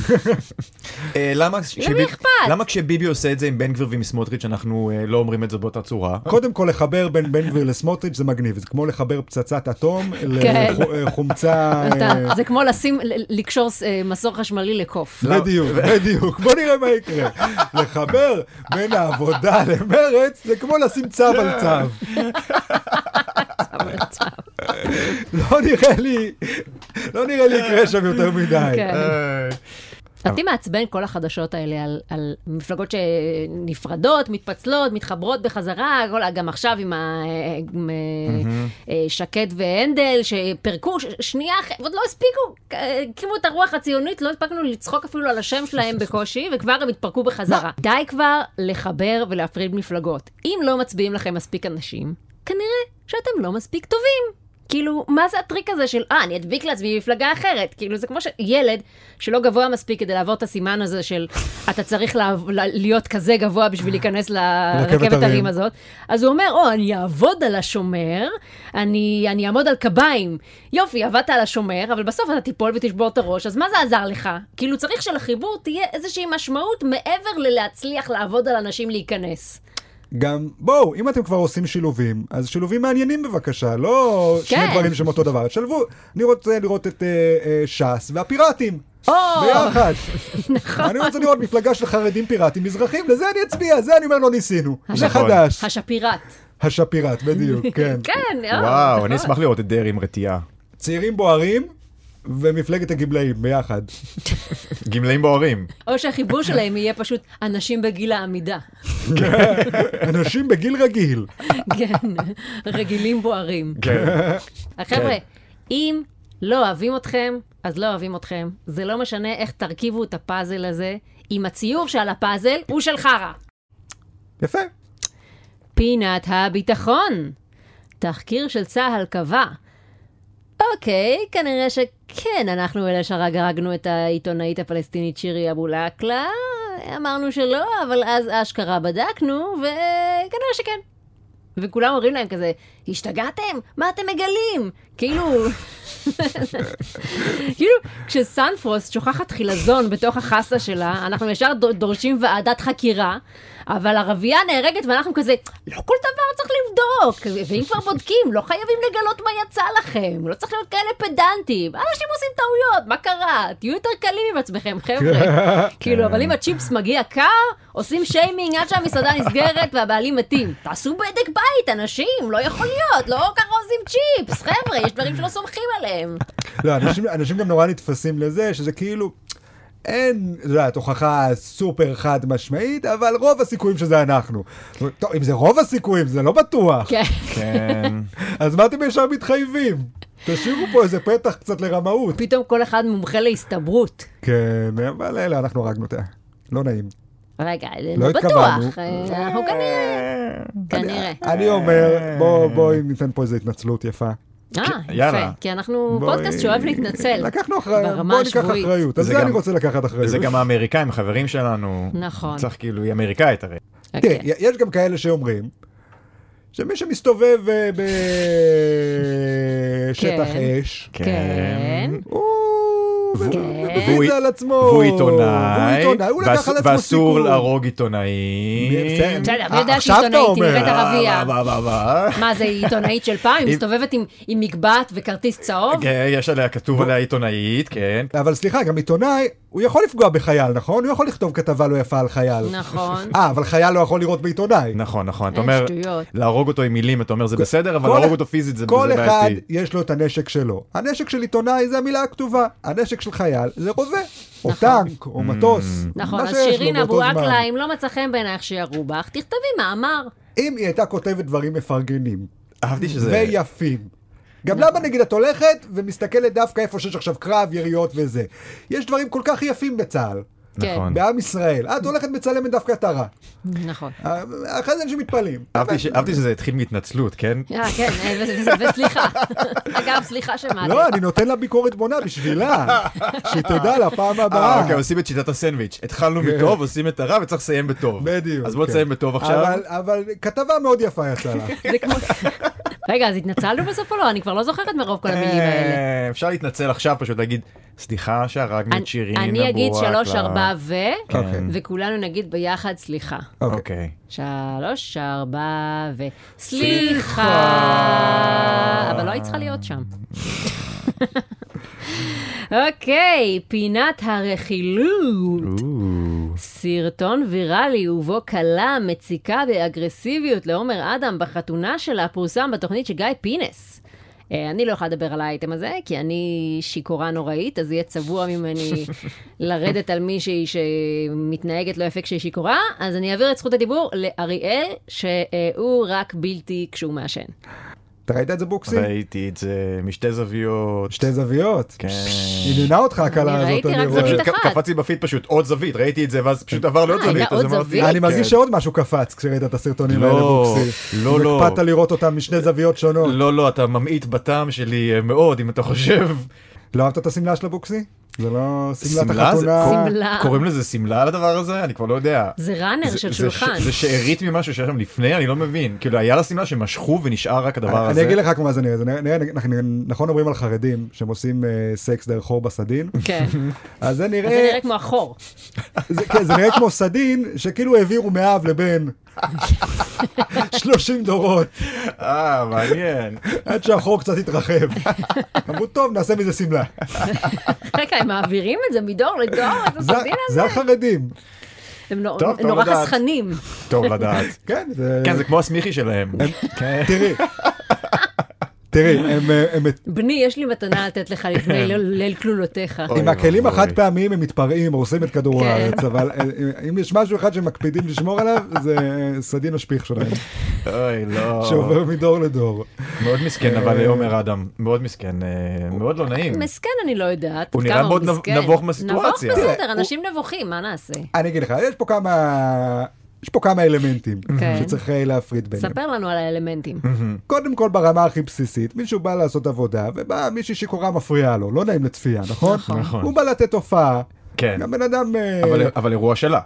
Speaker 3: אה, למה כשביבי-
Speaker 2: לא אכפת?
Speaker 3: למה כשביבי עושה את זה עם בן גביר ועם סמוטריץ' אנחנו אה, לא אומרים את זה באותה צורה?
Speaker 1: קודם כל לחבר בין בן גביר לסמוטריץ' זה מגניב, זה כמו לחבר פצצת אטום
Speaker 2: כן.
Speaker 1: לחומצה... אה,
Speaker 2: אתה- זה כמו לשים, ל- לקשור אה, מסור חשמלי לקוף.
Speaker 3: לא.
Speaker 1: בדיוק, בדיוק, בוא נראה מה יקרה. לחבר בין העבודה למרץ זה כמו לשים צו על צו. לא נראה לי, לא נראה לי יקרה שם יותר מדי.
Speaker 2: כן.
Speaker 3: אה,
Speaker 2: אותי מעצבן כל החדשות האלה על, על מפלגות שנפרדות, מתפצלות, מתחברות בחזרה, כל, גם עכשיו עם, ה, עם mm-hmm. שקד והנדל, שפירקו, ש, שנייה, אח- עוד לא הספיקו, אה, הקימו את הרוח הציונית, לא הספקנו לצחוק אפילו על השם שלהם בקושי, וכבר הם התפרקו בחזרה. די כבר לחבר ולהפריד מפלגות. אם לא מצביעים לכם מספיק אנשים, כנראה שאתם לא מספיק טובים. כאילו, מה זה הטריק הזה של, אה, אני אדביק לעצמי מפלגה אחרת? כאילו, זה כמו שילד שלא גבוה מספיק כדי לעבור את הסימן הזה של, אתה צריך לעב, ל- להיות כזה גבוה בשביל להיכנס
Speaker 1: רכבת
Speaker 2: לרכבת
Speaker 1: הרים.
Speaker 2: הרים הזאת. אז הוא אומר, או, אני אעבוד על השומר, אני, אני אעמוד על קביים. יופי, עבדת על השומר, אבל בסוף אתה תיפול ותשבור את הראש, אז מה זה עזר לך? כאילו, צריך שלחיבור תהיה איזושהי משמעות מעבר ללהצליח לעבוד על אנשים להיכנס.
Speaker 1: גם, בואו, אם אתם כבר עושים שילובים, אז שילובים מעניינים בבקשה, לא שני
Speaker 2: כן.
Speaker 1: דברים שהם אותו דבר. שלבו, אני רוצה לראות את אה, אה, ש"ס והפיראטים.
Speaker 2: או!
Speaker 1: ביחד.
Speaker 3: נכון.
Speaker 1: אני רוצה לראות מפלגה של חרדים פיראטים מזרחים, לזה אני אצביע, זה אני אומר לא ניסינו. זה
Speaker 3: נכון.
Speaker 1: חדש.
Speaker 2: השפירט.
Speaker 1: השפירט, בדיוק, כן.
Speaker 2: כן, אה,
Speaker 3: וואו,
Speaker 2: נכון.
Speaker 3: אני אשמח לראות את דרעי עם רתיעה.
Speaker 1: צעירים בוערים ומפלגת הגמלאים ביחד.
Speaker 3: גמלאים בוערים.
Speaker 2: או שהחיבור שלהם יהיה פשוט אנשים בגיל העמידה.
Speaker 1: אנשים בגיל רגיל.
Speaker 2: כן, רגילים בוערים. אה,
Speaker 3: כן.
Speaker 2: חבר'ה, אם לא אוהבים אתכם, אז לא אוהבים אתכם. זה לא משנה איך תרכיבו את הפאזל הזה, אם הציור שעל הפאזל הוא של חרא.
Speaker 1: יפה.
Speaker 2: פינת הביטחון. תחקיר של צה"ל קבע. אוקיי, כנראה שכן, אנחנו אלה שהרגרגנו את העיתונאית הפלסטינית שירי אבו לקלה. אמרנו שלא, אבל אז אשכרה בדקנו, וכנראה שכן. וכולם אומרים להם כזה, השתגעתם? מה אתם מגלים? כאילו, כאילו, כשסנפרוסט שוכחת חילזון בתוך החסה שלה, אנחנו ישר ד- דורשים ועדת חקירה, אבל ערבייה נהרגת ואנחנו כזה, לא כל דבר צריך לבדוק, ואם כבר בודקים, לא חייבים לגלות מה יצא לכם, לא צריך להיות כאלה פדנטים, אנשים עושים טעויות, מה קרה? תהיו יותר קלים עם עצמכם, חבר'ה. כאילו, אבל אם הצ'יפס מגיע קר, עושים שיימינג עד שהמסעדה נסגרת והבעלים מתים. תעשו בדק בית, אנשים, לא יכול להיות, לא ככה עושים צ'יפס, חבר'ה, יש דברים שלא סומכים עליהם.
Speaker 1: לא, אנשים- אנשים גם נורא נתפסים לזה, שזה כאילו... אין, את יודעת, הוכחה סופר חד משמעית, אבל רוב הסיכויים שזה אנחנו. טוב, אם זה רוב הסיכויים, זה לא בטוח.
Speaker 2: כן.
Speaker 3: כן.
Speaker 1: אז מה אתם ישר מתחייבים? תשאירו פה איזה פתח קצת לרמאות.
Speaker 2: פתאום כל אחד מומחה להסתברות.
Speaker 1: כן, אבל אלה, אנחנו הרגנו אותה. לא נעים.
Speaker 2: רגע, זה
Speaker 1: לא
Speaker 2: לא בטוח,
Speaker 1: התכוונו.
Speaker 2: אה, אנחנו כנראה, כנראה.
Speaker 1: אני אומר, בוא- בואי ניתן פה איזו התנצלות יפה.
Speaker 2: אה,
Speaker 3: יאללה.
Speaker 2: יפה, כי אנחנו
Speaker 1: כן. בואי-
Speaker 2: פודקאסט שאוהב להתנצל.
Speaker 1: לקחנו אחריות,
Speaker 2: ברמה
Speaker 1: בוא ניקח
Speaker 2: השבועית.
Speaker 1: אחריות. על
Speaker 3: זה
Speaker 1: זה אני
Speaker 3: גם-
Speaker 1: רוצה לקחת אחריות.
Speaker 3: זה גם האמריקאים, חברים שלנו.
Speaker 2: נכון.
Speaker 3: צריך כאילו, היא אמריקאית הרי.
Speaker 1: תראה,
Speaker 2: אוקיי.
Speaker 1: יש גם כאלה שאומרים שמי שמסתובב אה, בשטח
Speaker 2: כן.
Speaker 1: אש,
Speaker 2: כן.
Speaker 1: הוא מביא
Speaker 2: אה?
Speaker 3: והוא-
Speaker 1: את זה על עצמו.
Speaker 3: והוא
Speaker 1: הוא
Speaker 3: עיתונאי,
Speaker 1: עיתונאי, הוא לקח
Speaker 3: ואס-
Speaker 1: על עצמו
Speaker 3: ואסור
Speaker 1: סיכון.
Speaker 3: להרוג עיתונאים.
Speaker 1: בסדר, אה,
Speaker 2: בסדר, מי יודע
Speaker 1: עכשיו אתה
Speaker 2: שעיתונאית היא
Speaker 1: אומר.
Speaker 2: נראית ערבייה?
Speaker 3: אה, אה, אה, אה.
Speaker 2: מה, זה עיתונאית של פעם? היא
Speaker 3: אם-
Speaker 2: מסתובבת עם- עם מגבעת וכרטיס צהוב?
Speaker 3: כן, יש עליה, כתוב עליה עיתונאית, כן.
Speaker 1: אבל סליחה, גם עיתונאי, הוא יכול לפגוע בחייל, נכון? הוא יכול לכתוב כתבה לא יפה על חייל.
Speaker 2: נכון.
Speaker 1: אה, אבל חייל לא יכול לראות בעיתונאי.
Speaker 3: נכון, נכון. אתה
Speaker 2: אה,
Speaker 3: אומר,
Speaker 2: שטויות.
Speaker 3: להרוג אותו עם מילים, אתה אומר זה בסדר, אבל
Speaker 1: כל-
Speaker 3: להרוג אותו פיזית זה
Speaker 1: כל
Speaker 3: זה
Speaker 1: אחד
Speaker 3: בעייתי.
Speaker 1: יש לו את הנשק שלו. הנשק של עיתונאי זה המילה הכתובה, הנשק של חייל זה רובה, או טנק,
Speaker 3: Mm.
Speaker 1: או מטוס.
Speaker 2: נכון,
Speaker 1: מה
Speaker 2: אז
Speaker 1: שיש לו
Speaker 2: שירין
Speaker 1: באותו
Speaker 2: אבו
Speaker 1: זמן.
Speaker 2: אקלה, אם לא מצא חן בעינייך שירו בך, תכתבי מאמר.
Speaker 1: אם היא הייתה כותבת דברים מפרגנים,
Speaker 3: אהבתי שזה...
Speaker 1: ויפים. גם למה נגיד את הולכת ומסתכלת דווקא איפה שיש עכשיו קרב, יריות וזה. יש דברים כל כך יפים בצה"ל,
Speaker 2: כן.
Speaker 3: נכון.
Speaker 1: בעם ישראל. את הולכת מצלמת דווקא את הרע.
Speaker 2: נכון.
Speaker 1: אה, אחרי זה אנשים מתפלאים. אוקיי.
Speaker 3: אהבתי ש- אהבתי שזה התחיל מהתנצלות, כן?
Speaker 2: אה, כן, אה, ו- ו- וסליחה. אגב, סליחה שמעתי.
Speaker 1: לא, אני נותן לה ביקורת בונה בשבילה, שהיא תדע לה פעם
Speaker 3: אה,
Speaker 1: הבאה.
Speaker 3: אוקיי, עושים את שיטת הסנדוויץ'. התחלנו מטוב, עושים את הרע וצריך לסיים בטוב.
Speaker 1: כן. בדיוק.
Speaker 3: אז בוא
Speaker 1: כן.
Speaker 3: נסיים בטוב עכשיו.
Speaker 1: אבל- אבל כתבה מאוד יפה יצאה אוקיי, לך.
Speaker 2: זה כמו... רגע, אז התנצלנו בסוף או לא? אני כבר לא זוכרת מרוב כל המילים האלה.
Speaker 3: אה, אפשר להתנצל עכשיו, פשוט להגיד, סליחה שהרגנו את שירין אבו
Speaker 2: אני אגיד
Speaker 3: עקלה."
Speaker 2: שלוש, ארבע ו...
Speaker 1: אוקיי.
Speaker 2: וכולנו נגיד ביחד סליחה.
Speaker 1: אוקיי.
Speaker 3: אוקיי.
Speaker 2: שלוש, ארבע ו... סליחה! אבל לא היית צריכה להיות שם. אוקיי, פינת הרכילות. סרטון ויראלי ובו כלה מציקה באגרסיביות לעומר אדם בחתונה שלה פורסם בתוכנית של גיא פינס. אה, אני לא יכולה לדבר על האייטם הזה, כי אני שיכורה נוראית, אז יהיה צבוע ממני לרדת על מישהי שמתנהגת לא יפה כשהיא שיכורה, אז אני אעביר את זכות הדיבור לאריאל, שהוא רק בלתי כשהוא מעשן.
Speaker 1: אתה ראית את זה בוקסי?
Speaker 3: ראיתי את זה משתי זוויות.
Speaker 1: שתי זוויות.
Speaker 3: כן.
Speaker 1: עניינה אותך הקלה
Speaker 2: אני
Speaker 1: הזאת,
Speaker 2: ראיתי
Speaker 1: אני
Speaker 2: רק
Speaker 3: זה
Speaker 1: רואה.
Speaker 3: פשוט
Speaker 2: זווית
Speaker 3: ק-
Speaker 2: אחת.
Speaker 3: קפצתי בפיד פשוט עוד זווית, ראיתי את זה ואז פשוט עבר לעוד
Speaker 2: אה,
Speaker 3: זווית.
Speaker 2: היה
Speaker 3: אז
Speaker 2: עוד
Speaker 3: אמרתי,
Speaker 2: זווית?
Speaker 1: אני מרגיש
Speaker 3: כן.
Speaker 1: שעוד משהו קפץ כשראית את הסרטונים האלה
Speaker 3: לא,
Speaker 1: בוקסי.
Speaker 3: לא, לא.
Speaker 1: הקפדת לראות אותם משני זוויות שונות.
Speaker 3: לא, לא, אתה ממעיט בטעם שלי אה, מאוד, אם אתה חושב.
Speaker 1: לא אהבת את השמלה של הבוקסי? זה לא שמלת
Speaker 3: שמלה? זה-
Speaker 1: החתונה.
Speaker 3: קור-
Speaker 2: שמלה.
Speaker 3: קוראים לזה שמלה לדבר הזה? אני כבר לא יודע.
Speaker 2: לא. זה ראנר של
Speaker 3: זה-
Speaker 2: שולחן.
Speaker 3: זה ש- זה שארית ממשהו שהיה שם לפני? אני לא מבין. כאילו, היה לה שמלה שמשכו ונשאר רק הדבר
Speaker 1: אני-
Speaker 3: הזה?
Speaker 1: אני אגיד לך כמו זה נראה, זה נראה- נראה- אנחנו נכון אומרים על חרדים שהם עושים אה, סקס דרך חור בסדין,
Speaker 2: כן,
Speaker 1: אז זה
Speaker 2: אז זה
Speaker 1: נראה,
Speaker 2: נראה כמו החור.
Speaker 1: זה- כן, זה נראה כמו סדין שכאילו העבירו מאב לבן. 30 דורות,
Speaker 3: אה, מעניין.
Speaker 1: עד שהחור קצת התרחב. אמרו, טוב, נעשה מזה שמלה.
Speaker 2: רגע, הם מעבירים את זה מדור לדור, את
Speaker 1: זה-
Speaker 2: הסרדין הזה?
Speaker 1: זה החרדים.
Speaker 2: הם נו-
Speaker 3: טוב, טוב
Speaker 2: נורא
Speaker 3: לדעת.
Speaker 2: חסכנים.
Speaker 3: טוב לדעת.
Speaker 1: כן, זה...
Speaker 3: כן, זה כמו הסמיכי שלהם. כן.
Speaker 1: תראי. תראי, הם, אה, הם
Speaker 2: בני, יש לי מתנה לתת לך
Speaker 3: כן.
Speaker 2: לפני ליל- ליל כלולותיך.
Speaker 3: אוי
Speaker 1: עם הכלים
Speaker 3: ואבוי.
Speaker 1: החד פעמיים הם מתפרעים, הורסים את כדור
Speaker 2: כן.
Speaker 1: הארץ, אבל אה, אם יש משהו אחד שמקפידים לשמור עליו, זה אה, סדין השפיך שלהם,
Speaker 3: אוי, לא.
Speaker 1: שעובר מדור לדור.
Speaker 3: מאוד מסכן, אבל
Speaker 1: אה,
Speaker 3: עומר אדם, מאוד מסכן, אה, מאוד לא נעים.
Speaker 2: מסכן אני לא יודעת.
Speaker 3: הוא
Speaker 2: כמה
Speaker 3: נראה מאוד נב-
Speaker 2: מסכן.
Speaker 3: נבוך מהסיטואציה.
Speaker 2: נבוך
Speaker 1: תראה,
Speaker 2: בסדר, אנשים נבוכים, מה נעשה?
Speaker 1: אני אגיד לך, יש פה כמה... יש פה כמה אלמנטים
Speaker 2: כן.
Speaker 1: שצריך אה, להפריד ביניהם. Mm.
Speaker 2: ספר לנו על האלמנטים.
Speaker 1: קודם כל ברמה הכי בסיסית, מישהו בא לעשות עבודה, ובא מישהי שיכורה מפריעה לו, לא נעים לצפייה, נכון?
Speaker 3: נכון.
Speaker 1: הוא בא לתת הופעה,
Speaker 3: כן.
Speaker 1: גם בן אדם... אה,
Speaker 3: אבל- אבל אירוע שלה.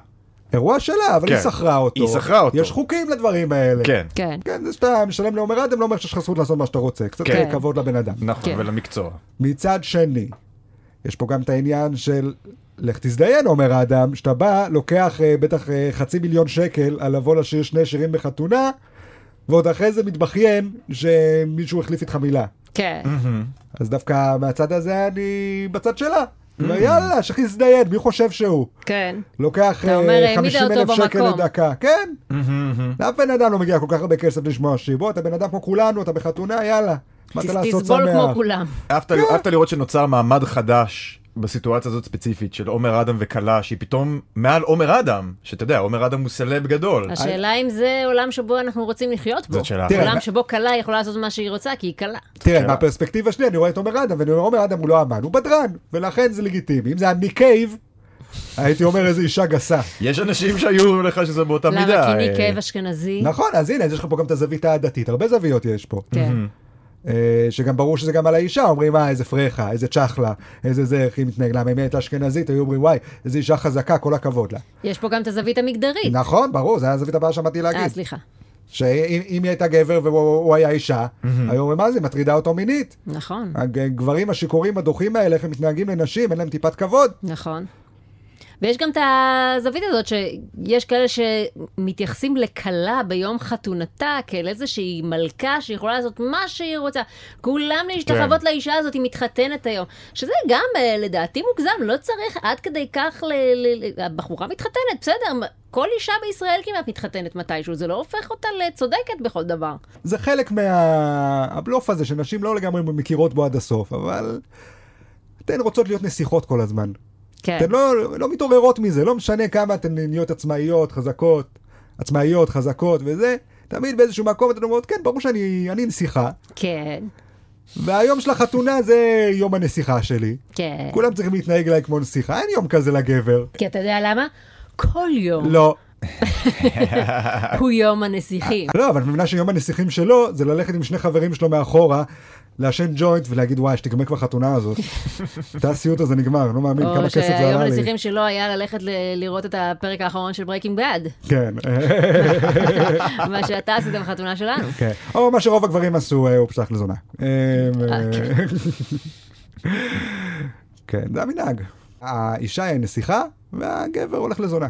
Speaker 1: אירוע שלה, אבל
Speaker 3: כן.
Speaker 1: היא שכרה אותו.
Speaker 3: היא שכרה אותו.
Speaker 1: יש חוקים לדברים האלה.
Speaker 3: כן.
Speaker 2: כן.
Speaker 1: כן, זה שאתה משלם לעומר אדם, לא אומר שיש לך זכות לעשות מה שאתה רוצה. קצת
Speaker 3: כן.
Speaker 1: אה, כבוד לבן אדם.
Speaker 3: נכון,
Speaker 2: כן.
Speaker 3: ולמקצוע.
Speaker 1: מצד שני, יש פה גם את העניין של לך תזדיין, אומר האדם, שאתה בא, לוקח אה, בטח אה, חצי מיליון שקל על לבוא לשיר שני שירים בחתונה, ועוד אחרי זה מתבכיין שמישהו החליף איתך מילה.
Speaker 2: כן.
Speaker 1: אז דווקא מהצד הזה אני בצד שלה. יאללה, שתזדיין, מי חושב שהוא?
Speaker 2: כן.
Speaker 1: לוקח
Speaker 2: אתה אומר, העמידה
Speaker 1: 50 אלף
Speaker 2: אותו
Speaker 1: שקל
Speaker 2: במקום.
Speaker 1: לדקה, כן? לאף בן אדם לא מגיע כל כך הרבה כסף לשמוע שיר. בוא, אתה בן אדם כמו כולנו, אתה בחתונה, יאללה. מה אתה לעשות
Speaker 2: תסבול כמו
Speaker 1: שמח?
Speaker 2: כולם.
Speaker 3: אהבת אהבת לראות שנוצר מעמד חדש בסיטואציה הזאת ספציפית של עומר אדם וכלה, שהיא פתאום מעל עומר אדם, שאתה יודע, עומר אדם הוא סלב גדול.
Speaker 2: השאלה אם זה עולם שבו אנחנו רוצים לחיות בו.
Speaker 3: אה, זאת שאלה
Speaker 1: תראה,
Speaker 2: עולם
Speaker 1: מה-
Speaker 2: שבו כלה יכולה לעשות מה שהיא רוצה, כי היא כלה.
Speaker 1: תראה,
Speaker 3: כן.
Speaker 1: מהפרספקטיבה שלי, אני רואה את עומר אדם, ואני אומר, עומר אדם הוא לא אמן, הוא בדרן, ולכן זה לגיטימי. אם זה היה ניק קייב, הייתי אומר איזה אישה גסה.
Speaker 3: יש אנשים שהיו אומרים לך שזה באותה מידה.
Speaker 2: למה? כי אני
Speaker 3: אה,
Speaker 2: כאב אשכנזי.
Speaker 1: נכון, אז הנה, אז יש לך פה גם את הזווית העדתית, הרבה זוויות יש פה.
Speaker 2: כן.
Speaker 1: אה, שגם ברור שזה גם על האישה, אומרים, אה, איזה פרחה, איזה צ'חלה, איזה זה, איך היא מתנהגת, למה אם היא הייתה אשכנזית, היו אומרים, וואי, איזו אישה חזקה, כל הכבוד לה.
Speaker 2: יש פה גם את הזווית המגדרית.
Speaker 1: נכון, ברור, זה היה הזווית הבאה שבאתי
Speaker 3: נכון.
Speaker 2: אה,
Speaker 1: להגיד.
Speaker 2: סליחה.
Speaker 1: שאם אם היא הייתה גבר והוא הוא היה אישה, היו אומרים, מה זה, מטרידה אותו מינית.
Speaker 2: נכון.
Speaker 1: הגברים השיכורים הדוחים האלה, איך הם מתנהגים לנשים, אין להם טיפת כבוד.
Speaker 2: נכון. ויש גם את הזווית הזאת שיש כאלה שמתייחסים לכלה ביום חתונתה כאל איזושהי מלכה שיכולה לעשות מה שהיא רוצה. כולם להשתחוות לאישה הזאת, היא מתחתנת היום. שזה גם אה, לדעתי מוגזם, לא צריך עד כדי כך, ל... ל... ל- הבחורה מתחתנת, בסדר, כל אישה בישראל כמעט מתחתנת מתישהו, זה לא הופך אותה לצודקת בכל דבר.
Speaker 1: זה חלק מהבלוף הזה, שנשים לא לגמרי מכירות בו עד הסוף, אבל... אתן רוצות להיות נסיכות כל הזמן.
Speaker 2: כן.
Speaker 1: אתן לא, לא מתעוררות מזה, לא משנה כמה אתן נהיות עצמאיות, חזקות, עצמאיות, חזקות וזה, תמיד באיזשהו מקום אתן אומרות, כן, ברור שאני אני נסיכה,
Speaker 2: כן,
Speaker 1: והיום של החתונה זה יום הנסיכה שלי.
Speaker 2: כן.
Speaker 1: כולם צריכים להתנהג אליי כמו נסיכה, אין יום כזה לגבר.
Speaker 2: כי אתה יודע למה? כל יום
Speaker 1: לא.
Speaker 2: הוא יום הנסיכים.
Speaker 1: לא, אבל את מבינה שיום הנסיכים שלו זה ללכת עם שני חברים שלו מאחורה, לעשן ג'וינט ולהגיד, וואי, שתגמר כבר החתונה הזאת. את הסיוט הזה נגמר, אני לא מאמין כמה
Speaker 2: או
Speaker 1: כסף זה
Speaker 2: שהיום
Speaker 1: עלה לי.
Speaker 2: הנסיכים שלו היה ללכת ל- לראות את הפרק האחרון של ברייקינג בד,
Speaker 1: כן.
Speaker 2: מה שאתה עשית בחתונה שלנו.
Speaker 1: כן. או מה שרוב הגברים עשו, אה, הוא פסח לזונה. אה, אה, כן, זה המנהג. האישה היא נסיכה, והגבר הולך לזונה.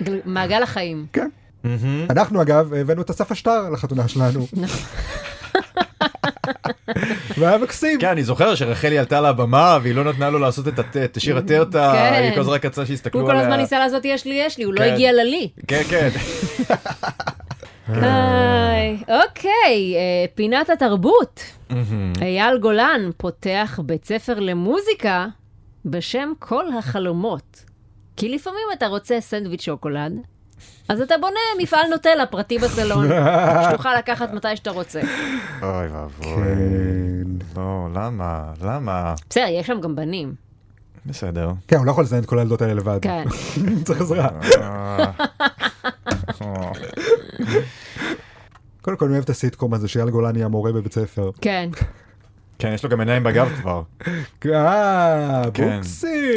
Speaker 2: גל- מעגל החיים.
Speaker 1: כן.
Speaker 3: מהמם.
Speaker 1: אנחנו אגב הבאנו את אסף אשטר לחתונה שלנו.
Speaker 2: נכון.
Speaker 1: והיה מקסים.
Speaker 3: כן, אני זוכר שרחלי עלתה לבמה והיא לא נתנה לו לעשות את הת- את שיר הטרטה,
Speaker 2: כן.
Speaker 3: היא כל הזמן רק רצה
Speaker 2: הוא
Speaker 3: שיסתכלו
Speaker 2: כל הזמן
Speaker 3: עליה.
Speaker 2: ניסה לעשות יש לי, יש לי, הוא לא
Speaker 3: כן.
Speaker 2: הגיע ללי.
Speaker 3: כן, כן.
Speaker 1: כן.
Speaker 2: איי, אוקיי, אה, פינת התרבות.
Speaker 1: Mm-hmm.
Speaker 2: אייל גולן פותח בית ספר למוזיקה בשם כל החלומות. כי לפעמים אתה רוצה סנדוויץ' שוקולד, אז אתה בונה מפעל נוטלה פרטי בסלון, שתוכל לקחת מתי שאתה רוצה.
Speaker 3: אוי ואבוי.
Speaker 1: כן.
Speaker 3: לא, למה? למה?
Speaker 2: בסדר, יש שם גם בנים.
Speaker 3: בסדר.
Speaker 1: כן, הוא לא יכול לזיין את כל הילדות האלה לבד.
Speaker 2: כן.
Speaker 1: צריך עזרה.
Speaker 3: אה. אה.
Speaker 1: קודם כל אני אוהב את הסיטקום הזה שאייל גולן היא המורה בבית ספר.
Speaker 2: כן.
Speaker 3: כן, יש לו גם עיניים בגב כבר.
Speaker 1: אה,
Speaker 3: כן.
Speaker 1: בוקסי.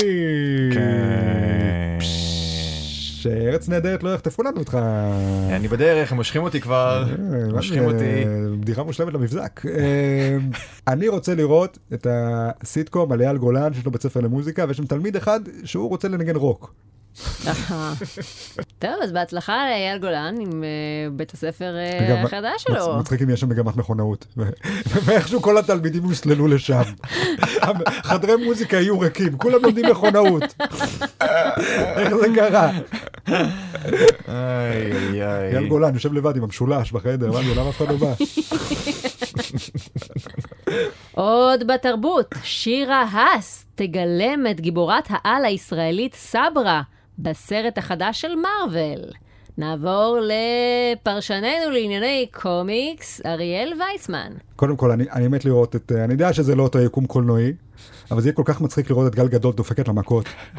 Speaker 3: כן.
Speaker 1: שארץ נהדרת לא יחטפו לנו איתך.
Speaker 3: אני בדרך, הם מושכים אותי כבר.
Speaker 1: אה,
Speaker 3: מושכים
Speaker 1: אה,
Speaker 3: אותי.
Speaker 1: בדיחה מושלמת למבזק. אה, אני רוצה לראות את הסיטקום על אייל גולן שיש לו בית ספר למוזיקה ויש שם תלמיד אחד שהוא רוצה לנגן רוק.
Speaker 2: אהה. טוב, אז בהצלחה לאייל גולן עם אה, בית הספר אה,
Speaker 1: אגב,
Speaker 2: החדש
Speaker 1: מצ-
Speaker 2: שלו.
Speaker 1: מצחיק אם יש שם מגמת מכונאות. ו- ואיכשהו כל התלמידים הוסללו לשם. המ- חדרי מוזיקה יהיו ריקים, כולם לומדים מכונאות. איך זה קרה? אה.
Speaker 3: איי, איי.
Speaker 1: אייל גולן יושב לבד עם המשולש בחדר, מה זה, למה אף אחד לא בא?
Speaker 2: עוד בתרבות, שירה האס תגלם את גיבורת העל הישראלית סברה בסרט החדש של מארוול. נעבור לפרשננו לענייני קומיקס, אריאל וייסמן.
Speaker 1: קודם כל, אני, אני מת לראות את... אה, אני יודע שזה לא אותו יקום קולנועי, אבל זה יהיה כל כך מצחיק לראות את גל גדול דופקת למכות.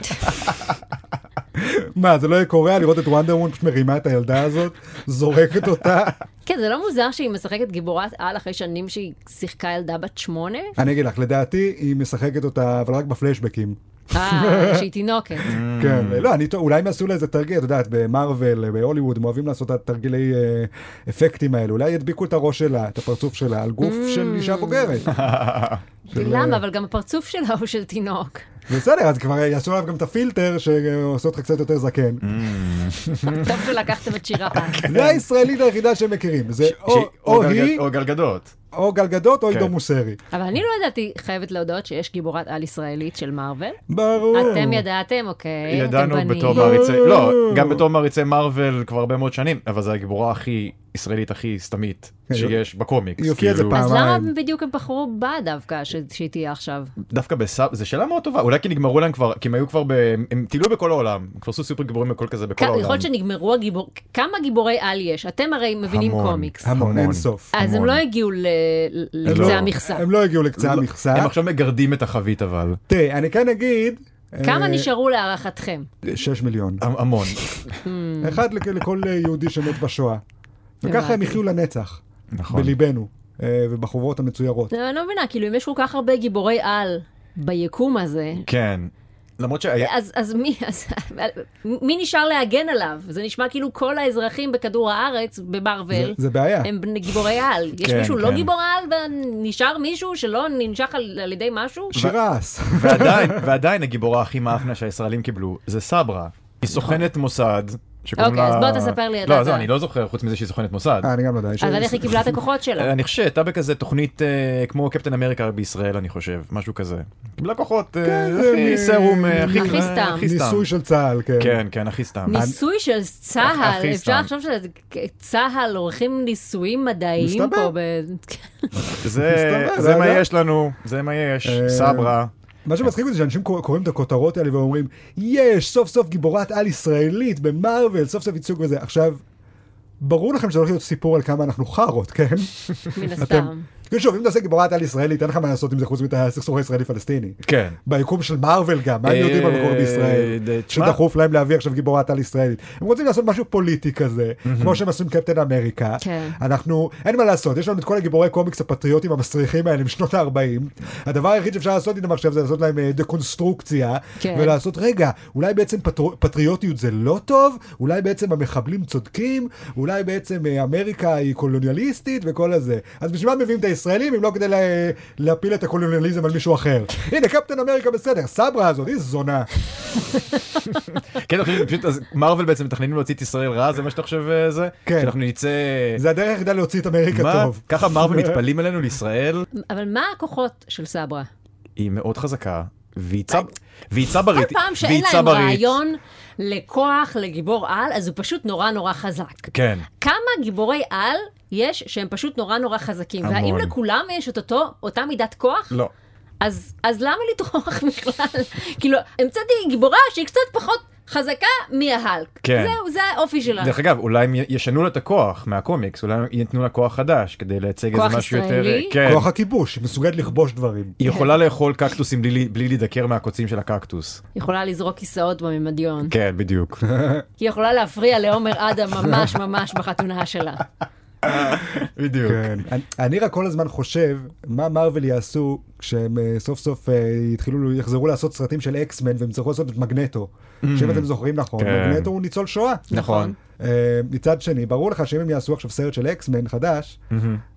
Speaker 1: מה, זה לא יהיה קורע לראות את וונדר וומן פשוט מרימה את הילדה הזאת, זורקת אותה?
Speaker 2: כן, זה לא מוזר שהיא משחקת גיבורת על אחרי שנים שהיא שיחקה ילדה בת שמונה?
Speaker 1: אני אגיד לך, לדעתי היא משחקת אותה, אבל רק בפלשבקים.
Speaker 2: אה, שהיא תינוקת.
Speaker 1: כן,
Speaker 3: Mm.
Speaker 1: לא, אני, טוע- אולי הם יעשו לה איזה תרגיל, את יודעת, במרוויל, בהוליווד, הם אוהבים לעשות את התרגילי אה, אפקטים האלה, אולי ידביקו את הראש שלה, את הפרצוף שלה, על גוף
Speaker 2: Mm.
Speaker 1: של אישה בוגרת. של, אה,
Speaker 2: למה? אבל גם הפרצוף שלה הוא של תינוק.
Speaker 1: בסדר, אז כבר יעשו עליו גם את הפילטר שעושה אותך קצת יותר זקן.
Speaker 3: Mm.
Speaker 2: טוב שלקחתם את שירה האס.
Speaker 1: זה הישראלית היחידה שהם מכירים, זה
Speaker 3: ש-
Speaker 1: או-
Speaker 3: ש-
Speaker 1: אה, או
Speaker 3: גלגד-
Speaker 1: היא,
Speaker 3: או גלגדות.
Speaker 1: או גלגדות, או עידו
Speaker 3: כן.
Speaker 1: מוסרי.
Speaker 2: אבל אני לא ידעתי, חייבת להודות, שיש גיבורת על ישראלית של מארוול.
Speaker 1: ברור.
Speaker 2: אתם ידעתם, אוקיי. אתם
Speaker 3: ידענו
Speaker 2: בנים.
Speaker 3: בתור מעריצי,
Speaker 1: אה.
Speaker 3: לא, גם בתור מעריצי מארוול כבר הרבה מאוד שנים, אבל זו הגיבורה הכי ישראלית הכי סתמית
Speaker 1: כן,
Speaker 3: שיש בקומיקס.
Speaker 1: היא הופיעה איזה
Speaker 3: כאילו,
Speaker 1: פעם.
Speaker 2: אז למה
Speaker 1: פעמיים.
Speaker 2: בדיוק הם בחרו בה דווקא, ש- שהיא תהיה עכשיו?
Speaker 3: דווקא בסאב, זו שאלה מאוד טובה, אולי כי נגמרו להם כבר, כי הם היו כבר, ב... הם טיילו בכל העולם, הם כבר עשו סופר גיבורים וכל כזה בכל
Speaker 2: כ- כן, יכול
Speaker 3: העולם.
Speaker 2: להיות שנגמרו הגיבור... כמה גיבורי על יש? אתם הרי מבינים
Speaker 3: המון. לא.
Speaker 2: קומיקס.
Speaker 1: המון, אין
Speaker 3: המון.
Speaker 1: סוף.
Speaker 2: אז הם
Speaker 3: המון.
Speaker 2: לא הגיעו ל- ל- לקצה המכסה.
Speaker 1: הם לא הגיעו לקצה
Speaker 3: לא,
Speaker 1: המכסה.
Speaker 3: הם עכשיו מגרדים את החבית אבל,
Speaker 1: תראי, אני כאן אגיד...
Speaker 2: כמה
Speaker 1: אה,
Speaker 2: נשארו להערכתכם? Hmm.
Speaker 1: 6 מיליון.
Speaker 3: המ- המון.
Speaker 1: אחד לכ- לכל אה, יהודי שמת בשואה. וככה הם
Speaker 2: הבנתי.
Speaker 1: יחיו לנצח,
Speaker 3: נכון.
Speaker 1: בליבנו, אה, ובחוברות המצוירות.
Speaker 2: אני לא מבינה, כאילו, אם יש כל כך הרבה גיבורי על ביקום הזה,
Speaker 3: כן. למרות שהיה,
Speaker 2: אז, אז, מי, אז מי נשאר להגן עליו? זה נשמע כאילו כל האזרחים בכדור הארץ,
Speaker 1: זה-
Speaker 2: במארוול,
Speaker 1: זה בעיה.
Speaker 2: הם בני- גיבורי על. יש
Speaker 3: כן,
Speaker 2: מישהו לא
Speaker 3: כן.
Speaker 2: גיבור על ונשאר מישהו שלא ננשך על, על ידי משהו?
Speaker 1: שירס.
Speaker 3: ועדיין, ועדיין הגיבורה הכי מאפנה שהישראלים קיבלו זה סברה. היא סוכנת מוסד. שקוראים
Speaker 2: נכון. אוקיי,
Speaker 3: לה-
Speaker 2: אז בוא תספר לי את
Speaker 3: לא,
Speaker 2: זה.
Speaker 3: זהו, אני לא זוכר, חוץ מזה שהיא סוכנת מוסד.
Speaker 1: אה, אני גם לא יודע. יש-
Speaker 2: אבל איך היא קיבלה את הכוחות שלה?
Speaker 3: אני חושב שהייתה בכזה תוכנית אה, כמו קפטן אמריקה בישראל, אני חושב, משהו כזה. קיבלה כוחות, אה,
Speaker 1: זה מ-
Speaker 3: הכי סרום, אה,
Speaker 2: הכי סתם.
Speaker 3: הכי סתם.
Speaker 1: ניסוי של צה"ל, כן.
Speaker 3: כן, כן, הכי סתם.
Speaker 2: ניסוי של צה"ל,
Speaker 3: הכי
Speaker 2: אפשר
Speaker 3: סתם.
Speaker 2: לחשוב שצה"ל עורכים ניסויים מדעיים
Speaker 1: מסתבר.
Speaker 2: פה. ב- כן,
Speaker 3: זה
Speaker 1: מסתבר,
Speaker 3: זה
Speaker 1: לא
Speaker 3: מה
Speaker 1: יודע.
Speaker 3: יש לנו, זה מה יש,
Speaker 1: אה,
Speaker 3: סברה.
Speaker 1: מה שמצחיק אותי שאנשים קור- קוראים את הכותרות האלה ואומרים, יש, סוף סוף גיבורת על ישראלית במרוויל, סוף סוף ייצוג וזה. עכשיו, ברור לכם שזה הולך להיות סיפור על כמה אנחנו חארות, כן?
Speaker 2: מן הסתם.
Speaker 1: כאילו שוב, אם תעשה גיבורת על ישראלית, אין לך מה לעשות עם זה חוץ מאת הסכסוך הישראלי-פלסטיני.
Speaker 3: כן.
Speaker 1: ביקום של מארוול גם, מה הם
Speaker 3: אה,
Speaker 1: יודעים על מקור בישראל?
Speaker 3: אה, תשמע-
Speaker 1: שדחוף להם להביא עכשיו גיבורת על ישראלית. הם רוצים לעשות משהו פוליטי כזה, כמו שהם עשו עם קפטן אמריקה.
Speaker 2: כן.
Speaker 1: אנחנו, אין מה לעשות, יש לנו את כל הגיבורי קומיקס הפטריוטים המסריחים האלה משנות ה-40. הדבר היחיד שאפשר לעשות איתם עכשיו זה לעשות להם אה, דקונסטרוקציה,
Speaker 2: כן.
Speaker 1: ולעשות, רגע, אולי בעצם פטר- פטריוטיות זה לא טוב, אולי בעצם המחבלים צודקים, אולי בעצם אה, אמריקה היא קולוניאליסטית וכל הזה. אז בשביל מה מביאים את הישראלים אם לא כדי לה- להפיל את הקולוניאליזם על מישהו אחר? הנה, קפטן אמריקה בסדר, סברה הזאת, איזה זונה.
Speaker 3: כן, אנחנו פשוט, אז מרוויל בעצם מתכננים להוציא את ישראל רע, זה מה שאתה חושב אה, זה?
Speaker 1: כן.
Speaker 3: שאנחנו נצא...
Speaker 1: זה הדרך היחידה להוציא את אמריקה
Speaker 3: מה?
Speaker 1: טוב.
Speaker 3: ככה מרוויל מתפלאים עלינו לישראל?
Speaker 2: אבל מה הכוחות של סברה?
Speaker 3: היא מאוד חזקה, והיא צב- והיא צברית.
Speaker 2: כל פעם שאין
Speaker 3: והיא
Speaker 2: להם
Speaker 3: צברית.
Speaker 2: רעיון לכוח, לגיבור על, אז הוא פשוט נורא נורא חזק.
Speaker 3: כן.
Speaker 2: כמה גיבורי על יש שהם פשוט נורא נורא חזקים?
Speaker 3: המון.
Speaker 2: והאם לכולם יש את אותו, אותה מידת כוח?
Speaker 3: לא.
Speaker 2: אז, אז למה לטרוח בכלל? כאילו, המצאתי גיבורה שהיא קצת פחות חזקה מההלק.
Speaker 3: כן.
Speaker 2: זהו, זה האופי שלה.
Speaker 3: דרך אגב, אולי הם י- ישנו לה את הכוח מהקומיקס, אולי הם ייתנו לה כוח חדש כדי לייצג
Speaker 2: כוח
Speaker 3: איזה משהו יותר...
Speaker 2: ישראלי?
Speaker 3: כן.
Speaker 1: כוח הכיבוש, היא מסוגלת לכבוש דברים.
Speaker 3: היא יכולה לאכול קקטוסים בלי, בלי להידקר מהקוצים של הקקטוס.
Speaker 2: יכולה לזרוק כיסאות בממדיון.
Speaker 3: כן, בדיוק.
Speaker 2: היא יכולה להפריע לעומר אדם ממש ממש בחתונה שלה.
Speaker 3: בדיוק.
Speaker 1: כן. אני- אני רק כל הזמן חושב מה מארוול יעשו כשהם אה, סוף סוף אה, יתחילו, יחזרו לעשות סרטים של אקסמן והם יצטרכו לעשות את מגנטו. שאם אתם זוכרים נכון,
Speaker 3: Mm. כן.
Speaker 1: מגנטו הוא ניצול שואה.
Speaker 3: נכון.
Speaker 1: אה, מצד שני, ברור לך שאם הם יעשו עכשיו סרט של אקסמן חדש,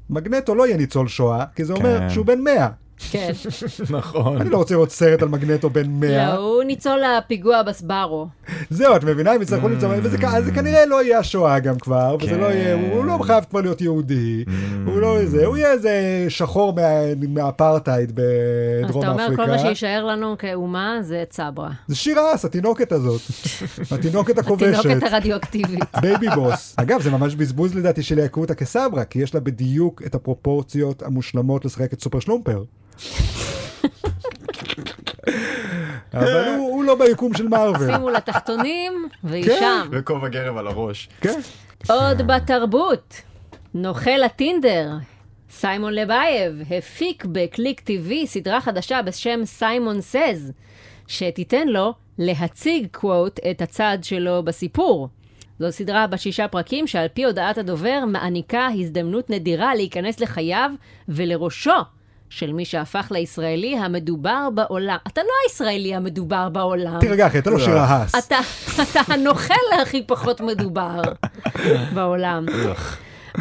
Speaker 1: מגנטו לא יהיה ניצול שואה, כי זה אומר
Speaker 3: Mm-hmm. כן.
Speaker 1: שהוא בן 100.
Speaker 2: כן.
Speaker 3: נכון.
Speaker 1: אני לא רוצה לראות סרט על מגנטו בן 100.
Speaker 2: לא, הוא ניצול הפיגוע בסבארו.
Speaker 1: זהו, את מבינה? הם יצטרכו למצוא, וזה כ- אז זה כנראה לא יהיה השואה גם כבר, וזה
Speaker 3: כן.
Speaker 1: לא יהיה, הוא הוא לא חייב כבר להיות יהודי, הוא לא איזה, הוא יהיה איזה שחור מה- מהאפרטהייד
Speaker 2: אז
Speaker 1: בדרום
Speaker 2: אתה אומר, כל מה
Speaker 1: אפריקה.
Speaker 2: שיישאר לנו כאומה זה צברה.
Speaker 1: זה שירס, התינוקת הזאת, התינוקת הכובשת.
Speaker 2: התינוקת הרדיואקטיבית.
Speaker 1: בייבי בוס. אגב, זה ממש בזבוז לדעתי של יקוטה כסברה, כי יש לה בדיוק את הפרופורציות המושלמות לשחק את סופר שלומפר. אבל הוא, הוא לא ביקום של מארוול.
Speaker 2: שימו לה תחתונים, והיא
Speaker 1: כן.
Speaker 2: שם.
Speaker 3: וכובע גרב על הראש.
Speaker 1: כן.
Speaker 2: עוד בתרבות, נוכל הטינדר. סיימון לבייב הפיק בקליק TV סדרה חדשה בשם סיימון סז, שתיתן לו להציג קוואט את הצד שלו בסיפור. זו סדרה בת שישה פרקים שעל פי הודעת הדובר מעניקה הזדמנות נדירה להיכנס לחייו ולראשו של מי שהפך לישראלי המדובר בעולם. אתה לא הישראלי המדובר בעולם.
Speaker 1: תירגע אחי, אתה לא שירס.
Speaker 2: אתה, אתה הנוכל הכי פחות מדובר בעולם.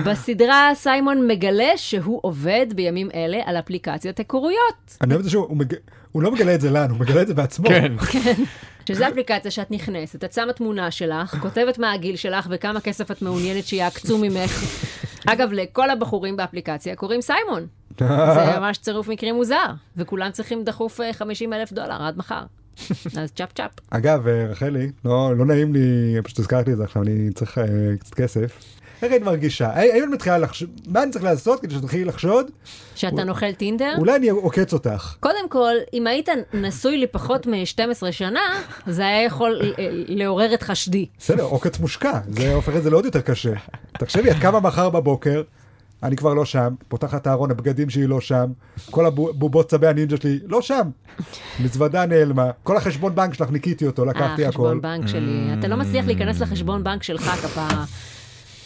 Speaker 2: בסדרה סיימון מגלה שהוא עובד בימים אלה על אפליקציית היכרויות,
Speaker 1: אני אוהב את זה שהוא הוא מג... הוא לא מגלה את זה לנו, הוא מגלה את זה בעצמו.
Speaker 3: כן.
Speaker 2: שזו אפליקציה שאת נכנסת, את שמה תמונה שלך, כותבת מה הגיל שלך וכמה כסף את מעוניינת שיעקצו ממך. אגב, לכל הבחורים באפליקציה קוראים סיימון. זה ממש צירוף מקרים מוזר, וכולם צריכים דחוף 50 אלף דולר עד מחר. אז צ'אפ צ'אפ.
Speaker 1: אגב, אה, רחלי, לא, לא נעים לי, פשוט הזכרת לי את זה עכשיו, אני צריך אה, קצת כסף. איך היית מרגישה? הי- האם את מתחילה לחשוד? מה אני צריך לעשות כדי שתתחילי לחשוד?
Speaker 2: שאתה נוכל טינדר?
Speaker 1: אולי אני עוקץ אותך.
Speaker 2: קודם כל, אם היית נשוי לפחות מ-12 שנה, זה היה יכול ל- לעורר את חשדי.
Speaker 1: בסדר, עוקץ מושקע, זה הופך את זה לעוד יותר קשה. תחשבי, את קמה מחר בבוקר, אני כבר לא שם, פותחת את הארון הבגדים שלי לא שם, כל הבובות צבי הנינג'ה שלי לא שם. מזוודה נעלמה, כל החשבון בנק שלך ניקיתי אותו, לקחתי הכל.
Speaker 2: אה,
Speaker 1: Mm.
Speaker 2: חשבון בנק שלי. אתה לא מצליח להיכנס לחשבון בנק שלך כפרה.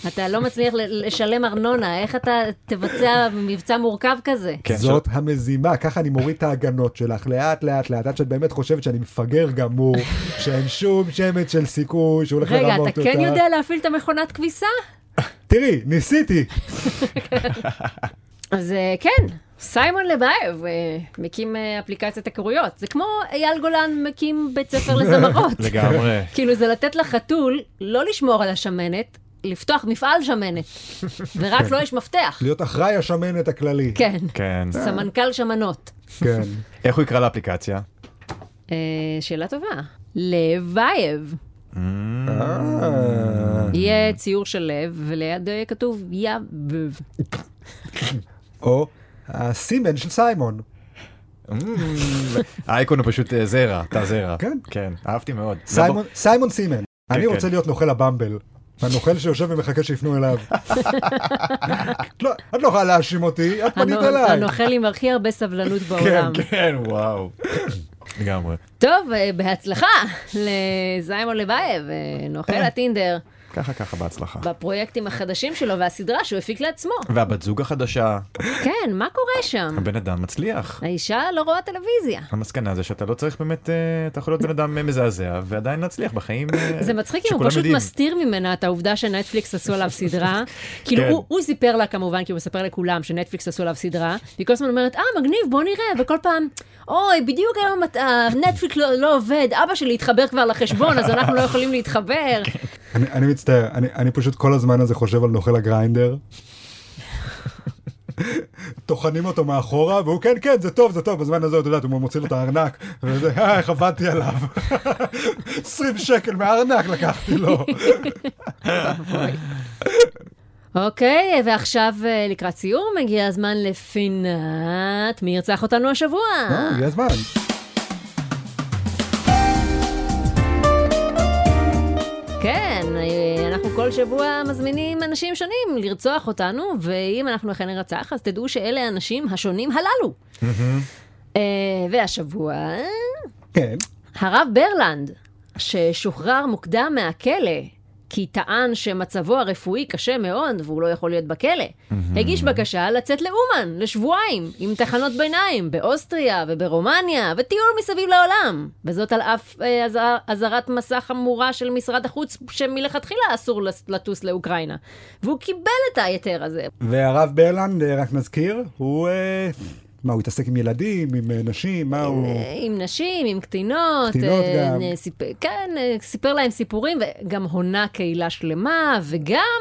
Speaker 2: אתה לא מצליח ל- לשלם ארנונה, איך אתה תבצע מבצע מורכב כזה?
Speaker 3: כן,
Speaker 1: זאת המזימה, ככה אני מוריד את ההגנות שלך, לאט לאט לאט, עד שאת באמת חושבת שאני מפגר גמור, שאין שום שמץ של סיכוי שהוא הולך לרמות
Speaker 2: רגע,
Speaker 1: אותך.
Speaker 2: אתה כן יודע להפעיל את המכונת כביסה?
Speaker 1: תראי, ניסיתי.
Speaker 2: אז אה, כן, סיימון לבייב אה, מקים אה, אפליקציית הכרויות. זה כמו אייל גולן מקים בית ספר לזמרות.
Speaker 3: לגמרי.
Speaker 2: כאילו זה לתת לחתול לא לשמור על השמנת, לפתוח מפעל שמנת, ורק לו יש מפתח.
Speaker 1: להיות אחראי השמנת הכללי.
Speaker 2: כן,
Speaker 3: כן.
Speaker 2: סמנכ"ל שמנות.
Speaker 1: כן.
Speaker 3: איך הוא יקרא לאפליקציה?
Speaker 2: אה, שאלה טובה. לבייב.
Speaker 1: אה.
Speaker 2: יהיה ציור של לב, וליד אה, כתוב יבב.
Speaker 1: או הסימן של סיימון.
Speaker 3: Mm. האייקון הוא פשוט אה, זרע, תא זרע.
Speaker 1: כן.
Speaker 3: כן, אהבתי מאוד.
Speaker 1: סיימון, סיימון סימן. אני
Speaker 3: כן.
Speaker 1: רוצה להיות נוכל הבמבל. הנוכל שיושב ומחכה שיפנו אליו. את לא- את לא יכולה להאשים אותי, את פנית
Speaker 2: הנו-
Speaker 1: אליי.
Speaker 2: הנוכל עם הכי הרבה סבלנות בעולם.
Speaker 3: כן, כן, וואו. לגמרי.
Speaker 2: טוב, אה, בהצלחה לזיימון לבייב, אה, נוכל הטינדר,
Speaker 3: ככה ככה בהצלחה.
Speaker 2: בפרויקטים החדשים שלו והסדרה שהוא הפיק לעצמו.
Speaker 3: והבת זוג החדשה,
Speaker 2: כן, מה קורה שם?
Speaker 3: הבן אדם מצליח.
Speaker 2: האישה לא רואה טלוויזיה.
Speaker 3: המסקנה זה שאתה לא צריך באמת, אה, אתה יכול להיות בן אדם אה, מזעזע ועדיין להצליח בחיים. אה,
Speaker 2: זה מצחיק אם הוא
Speaker 3: שכולם
Speaker 2: פשוט
Speaker 3: יודעים.
Speaker 2: מסתיר ממנה את העובדה שנטפליקס עשו עליו סדרה. כאילו,
Speaker 3: כן.
Speaker 2: הוא- הוא סיפר לה כמובן, כי הוא מספר לכולם שנטפליקס עשו עליו סדרה, והיא כל הזמן אומרת, אה, מגניב, בוא נראה, וכל פעם, אוי, בדיוק היום את- הנטפליקס לא לא עובד, אבא שלי התחבר כבר לחשבון, אז אנחנו לא יכולים
Speaker 3: כן.
Speaker 2: להתחבר.
Speaker 1: אני- אני מצטער, אני- אני פשוט כל הזמן הזה חושב על נוכל הגריינדר. טוחנים אותו מאחורה, והוא כן, כן, זה טוב, זה טוב, בזמן הזה, את יודעת, הוא מוציא לו את הארנק, וזה, אה, איך עבדתי עליו. 20 שקל מהארנק לקחתי לו.
Speaker 2: אוקיי, ועכשיו אה, לקראת סיום, מגיע הזמן לפינת מי ירצח אותנו השבוע.
Speaker 1: אה, הגיע הזמן.
Speaker 2: כן, אה, אנחנו כל שבוע מזמינים אנשים שונים לרצוח אותנו, ואם אנחנו אכן נרצח, אז תדעו שאלה האנשים השונים הללו. אה, והשבוע,
Speaker 1: כן.
Speaker 2: הרב ברלנד, ששוחרר מוקדם מהכלא. כי טען שמצבו הרפואי קשה מאוד והוא לא יכול להיות בכלא. הגיש בקשה לצאת לאומן לשבועיים עם תחנות ביניים באוסטריה וברומניה וטיול מסביב לעולם. וזאת על אף אה, אזהר- אזהרת מסע חמורה של משרד החוץ שמלכתחילה אסור לס- לטוס לאוקראינה. והוא קיבל את ההיתר הזה.
Speaker 1: והרב ברלנד, אה, רק נזכיר, הוא אה, מה, הוא התעסק עם ילדים, עם אה, נשים, מה הוא...
Speaker 2: אה, עם נשים, עם קטינות,
Speaker 1: קטינות
Speaker 2: אה,
Speaker 1: גם.
Speaker 2: אה, סיפ... כן, אה, סיפר להם סיפורים, וגם הונה קהילה שלמה, וגם,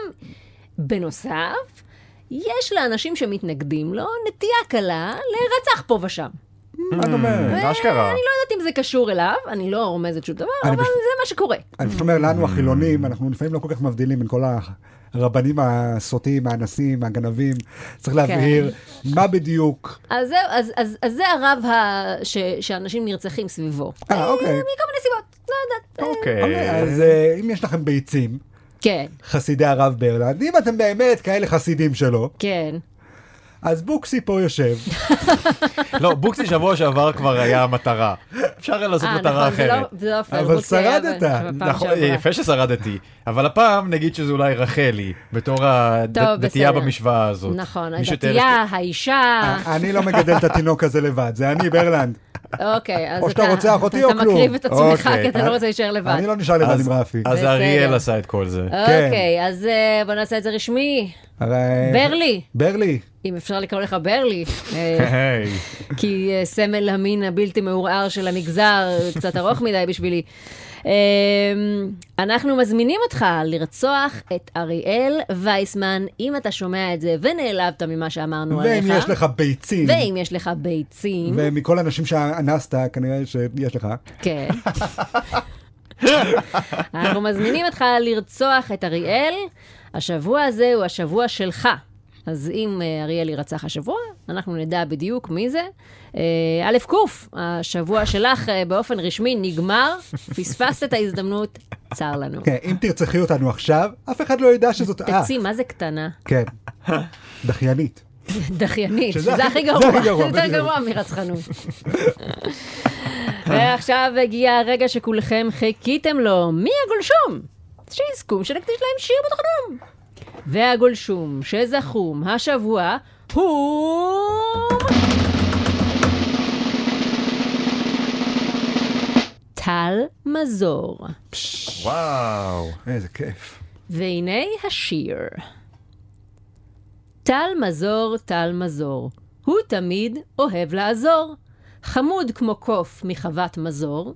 Speaker 2: בנוסף, יש לאנשים שמתנגדים לו נטייה קלה להירצח פה ושם.
Speaker 1: מה אתה אומר?
Speaker 3: אשכרה.
Speaker 2: אני לא יודעת אם זה קשור אליו, אני לא רומזת שום דבר,
Speaker 1: אני
Speaker 2: אבל
Speaker 1: בש-
Speaker 2: זה מה שקורה.
Speaker 1: אני פשוט אומר, לנו החילונים, אנחנו לפעמים לא כל כך מבדילים בין כל הרבנים הסוטים, האנסים, הגנבים.
Speaker 2: כן.
Speaker 1: צריך להבהיר מה בדיוק.
Speaker 2: אז זהו, אז, אז, אז זה הרב ה... ש... שאנשים נרצחים סביבו.
Speaker 1: אה, אוקיי.
Speaker 2: מכל מיני סיבות, לא יודעת. אה,
Speaker 1: אוקיי,
Speaker 3: אוקיי.
Speaker 1: אז אה, אם יש לכם ביצים,
Speaker 2: כן,
Speaker 1: חסידי הרב ברלנד, אם אתם באמת כאלה חסידים שלו,
Speaker 2: כן.
Speaker 1: אז בוקסי פה יושב.
Speaker 3: לא, בוקסי שבוע שעבר כבר היה מטרה. אפשר היה לעשות
Speaker 2: אה,
Speaker 3: מטרה
Speaker 2: נכון, זה לא-
Speaker 3: אחרת.
Speaker 2: זה לא פייר,
Speaker 1: אבל
Speaker 2: בוקסי היה
Speaker 1: שרדת.
Speaker 2: ב- בפעם
Speaker 3: נכון,
Speaker 2: שעברה.
Speaker 3: יפה ששרדתי, אבל הפעם נגיד שזה אולי רחלי, בתור
Speaker 2: בסדר.
Speaker 3: הדתייה במשוואה הזאת.
Speaker 2: נכון,
Speaker 3: מישהו תיאר
Speaker 2: הדתייה, האישה,
Speaker 1: אני לא מגדל את התינוק הזה לבד, זה אני ברלנד.
Speaker 2: אוקיי, אז
Speaker 1: אה, או
Speaker 2: אתה
Speaker 1: שאתה רוצח אותי
Speaker 2: אתה
Speaker 1: או כלום.
Speaker 2: מקריב את עצמך
Speaker 3: אוקיי,
Speaker 2: כי אתה
Speaker 1: אה?
Speaker 2: לא רוצה להישאר לבד.
Speaker 1: אני לא נשאר לבד
Speaker 3: אז-
Speaker 1: עם רפי.
Speaker 3: אז
Speaker 2: בסדר.
Speaker 3: אריאל עשה את כל זה.
Speaker 1: כן.
Speaker 2: אוקיי, אז אה, בוא נעשה את זה רשמי.
Speaker 1: הרי-
Speaker 2: ברלי,
Speaker 1: ברלי,
Speaker 2: אם אפשר לקרוא לך ברלי, אה,
Speaker 3: היי.
Speaker 2: כי אה, סמל המין הבלתי מעורער של המגזר אה, קצת ארוך מדי בשבילי. אה, אנחנו מזמינים אותך לרצוח את אריאל וייסמן, אם אתה שומע את זה ונעלבת ממה שאמרנו עליך.
Speaker 1: ואם יש לך ביצים,
Speaker 2: ואם יש לך ביצים,
Speaker 1: ומכל הנשים שאנסת, כנראה שיש לך,
Speaker 2: כן. אנחנו מזמינים אותך לרצוח את אריאל. השבוע הזה הוא השבוע שלך. אז אם אה, אריאל יירצח השבוע, אנחנו נדע בדיוק מי זה. אה, א' ק', השבוע שלך אה, באופן רשמי נגמר, פספסת את ההזדמנות, צר לנו.
Speaker 1: כן, אם תרצחי אותנו עכשיו, אף אחד לא ידע שזאת את.
Speaker 2: תצאי, מה זה קטנה?
Speaker 1: כן, דחיינית.
Speaker 2: דחיינית,
Speaker 1: שזה
Speaker 2: שזה
Speaker 1: הכי-
Speaker 2: הכי גרוע,
Speaker 1: זה הכי גרוע,
Speaker 2: זה יותר
Speaker 1: בדיוק.
Speaker 2: גרוע מרצחנות. ועכשיו הגיע הרגע שכולכם חיכיתם לו, מי הגולשום? שיזכו שנקדיש להם שיר בתוכנם. והגולשום שזכום השבוע הוא... טל מזור.
Speaker 3: וואו.
Speaker 1: איזה כיף.
Speaker 2: והנה השיר. טל מזור, טל מזור, הוא תמיד אוהב לעזור. חמוד כמו קוף מחוות מזור,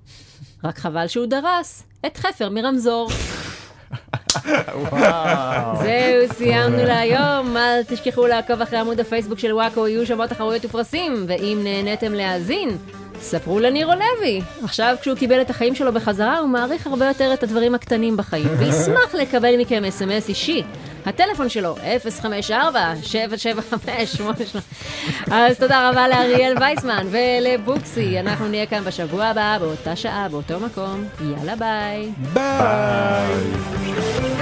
Speaker 2: רק חבל שהוא דרס את חפר מרמזור. אוקיי. זהו, סיימנו להיום. אל תשכחו לעקוב אחרי עמוד הפייסבוק של וואקו, יהיו שם עוד תחרויות ופרסים, ואם נהניתם להאזין, ספרו לנירו לוי. עכשיו, כשהוא קיבל את החיים שלו בחזרה, הוא מעריך הרבה יותר את הדברים הקטנים בחיים, וישמח לקבל מכם אס.אם.אס אישי. הטלפון שלו, 054-775-8 אז תודה רבה לאריאל וייסמן ולבוקסי. אנחנו נהיה כאן בשבוע הבא, באותה שעה, באותו מקום. יאללה, ביי.
Speaker 1: ביי!
Speaker 3: היי.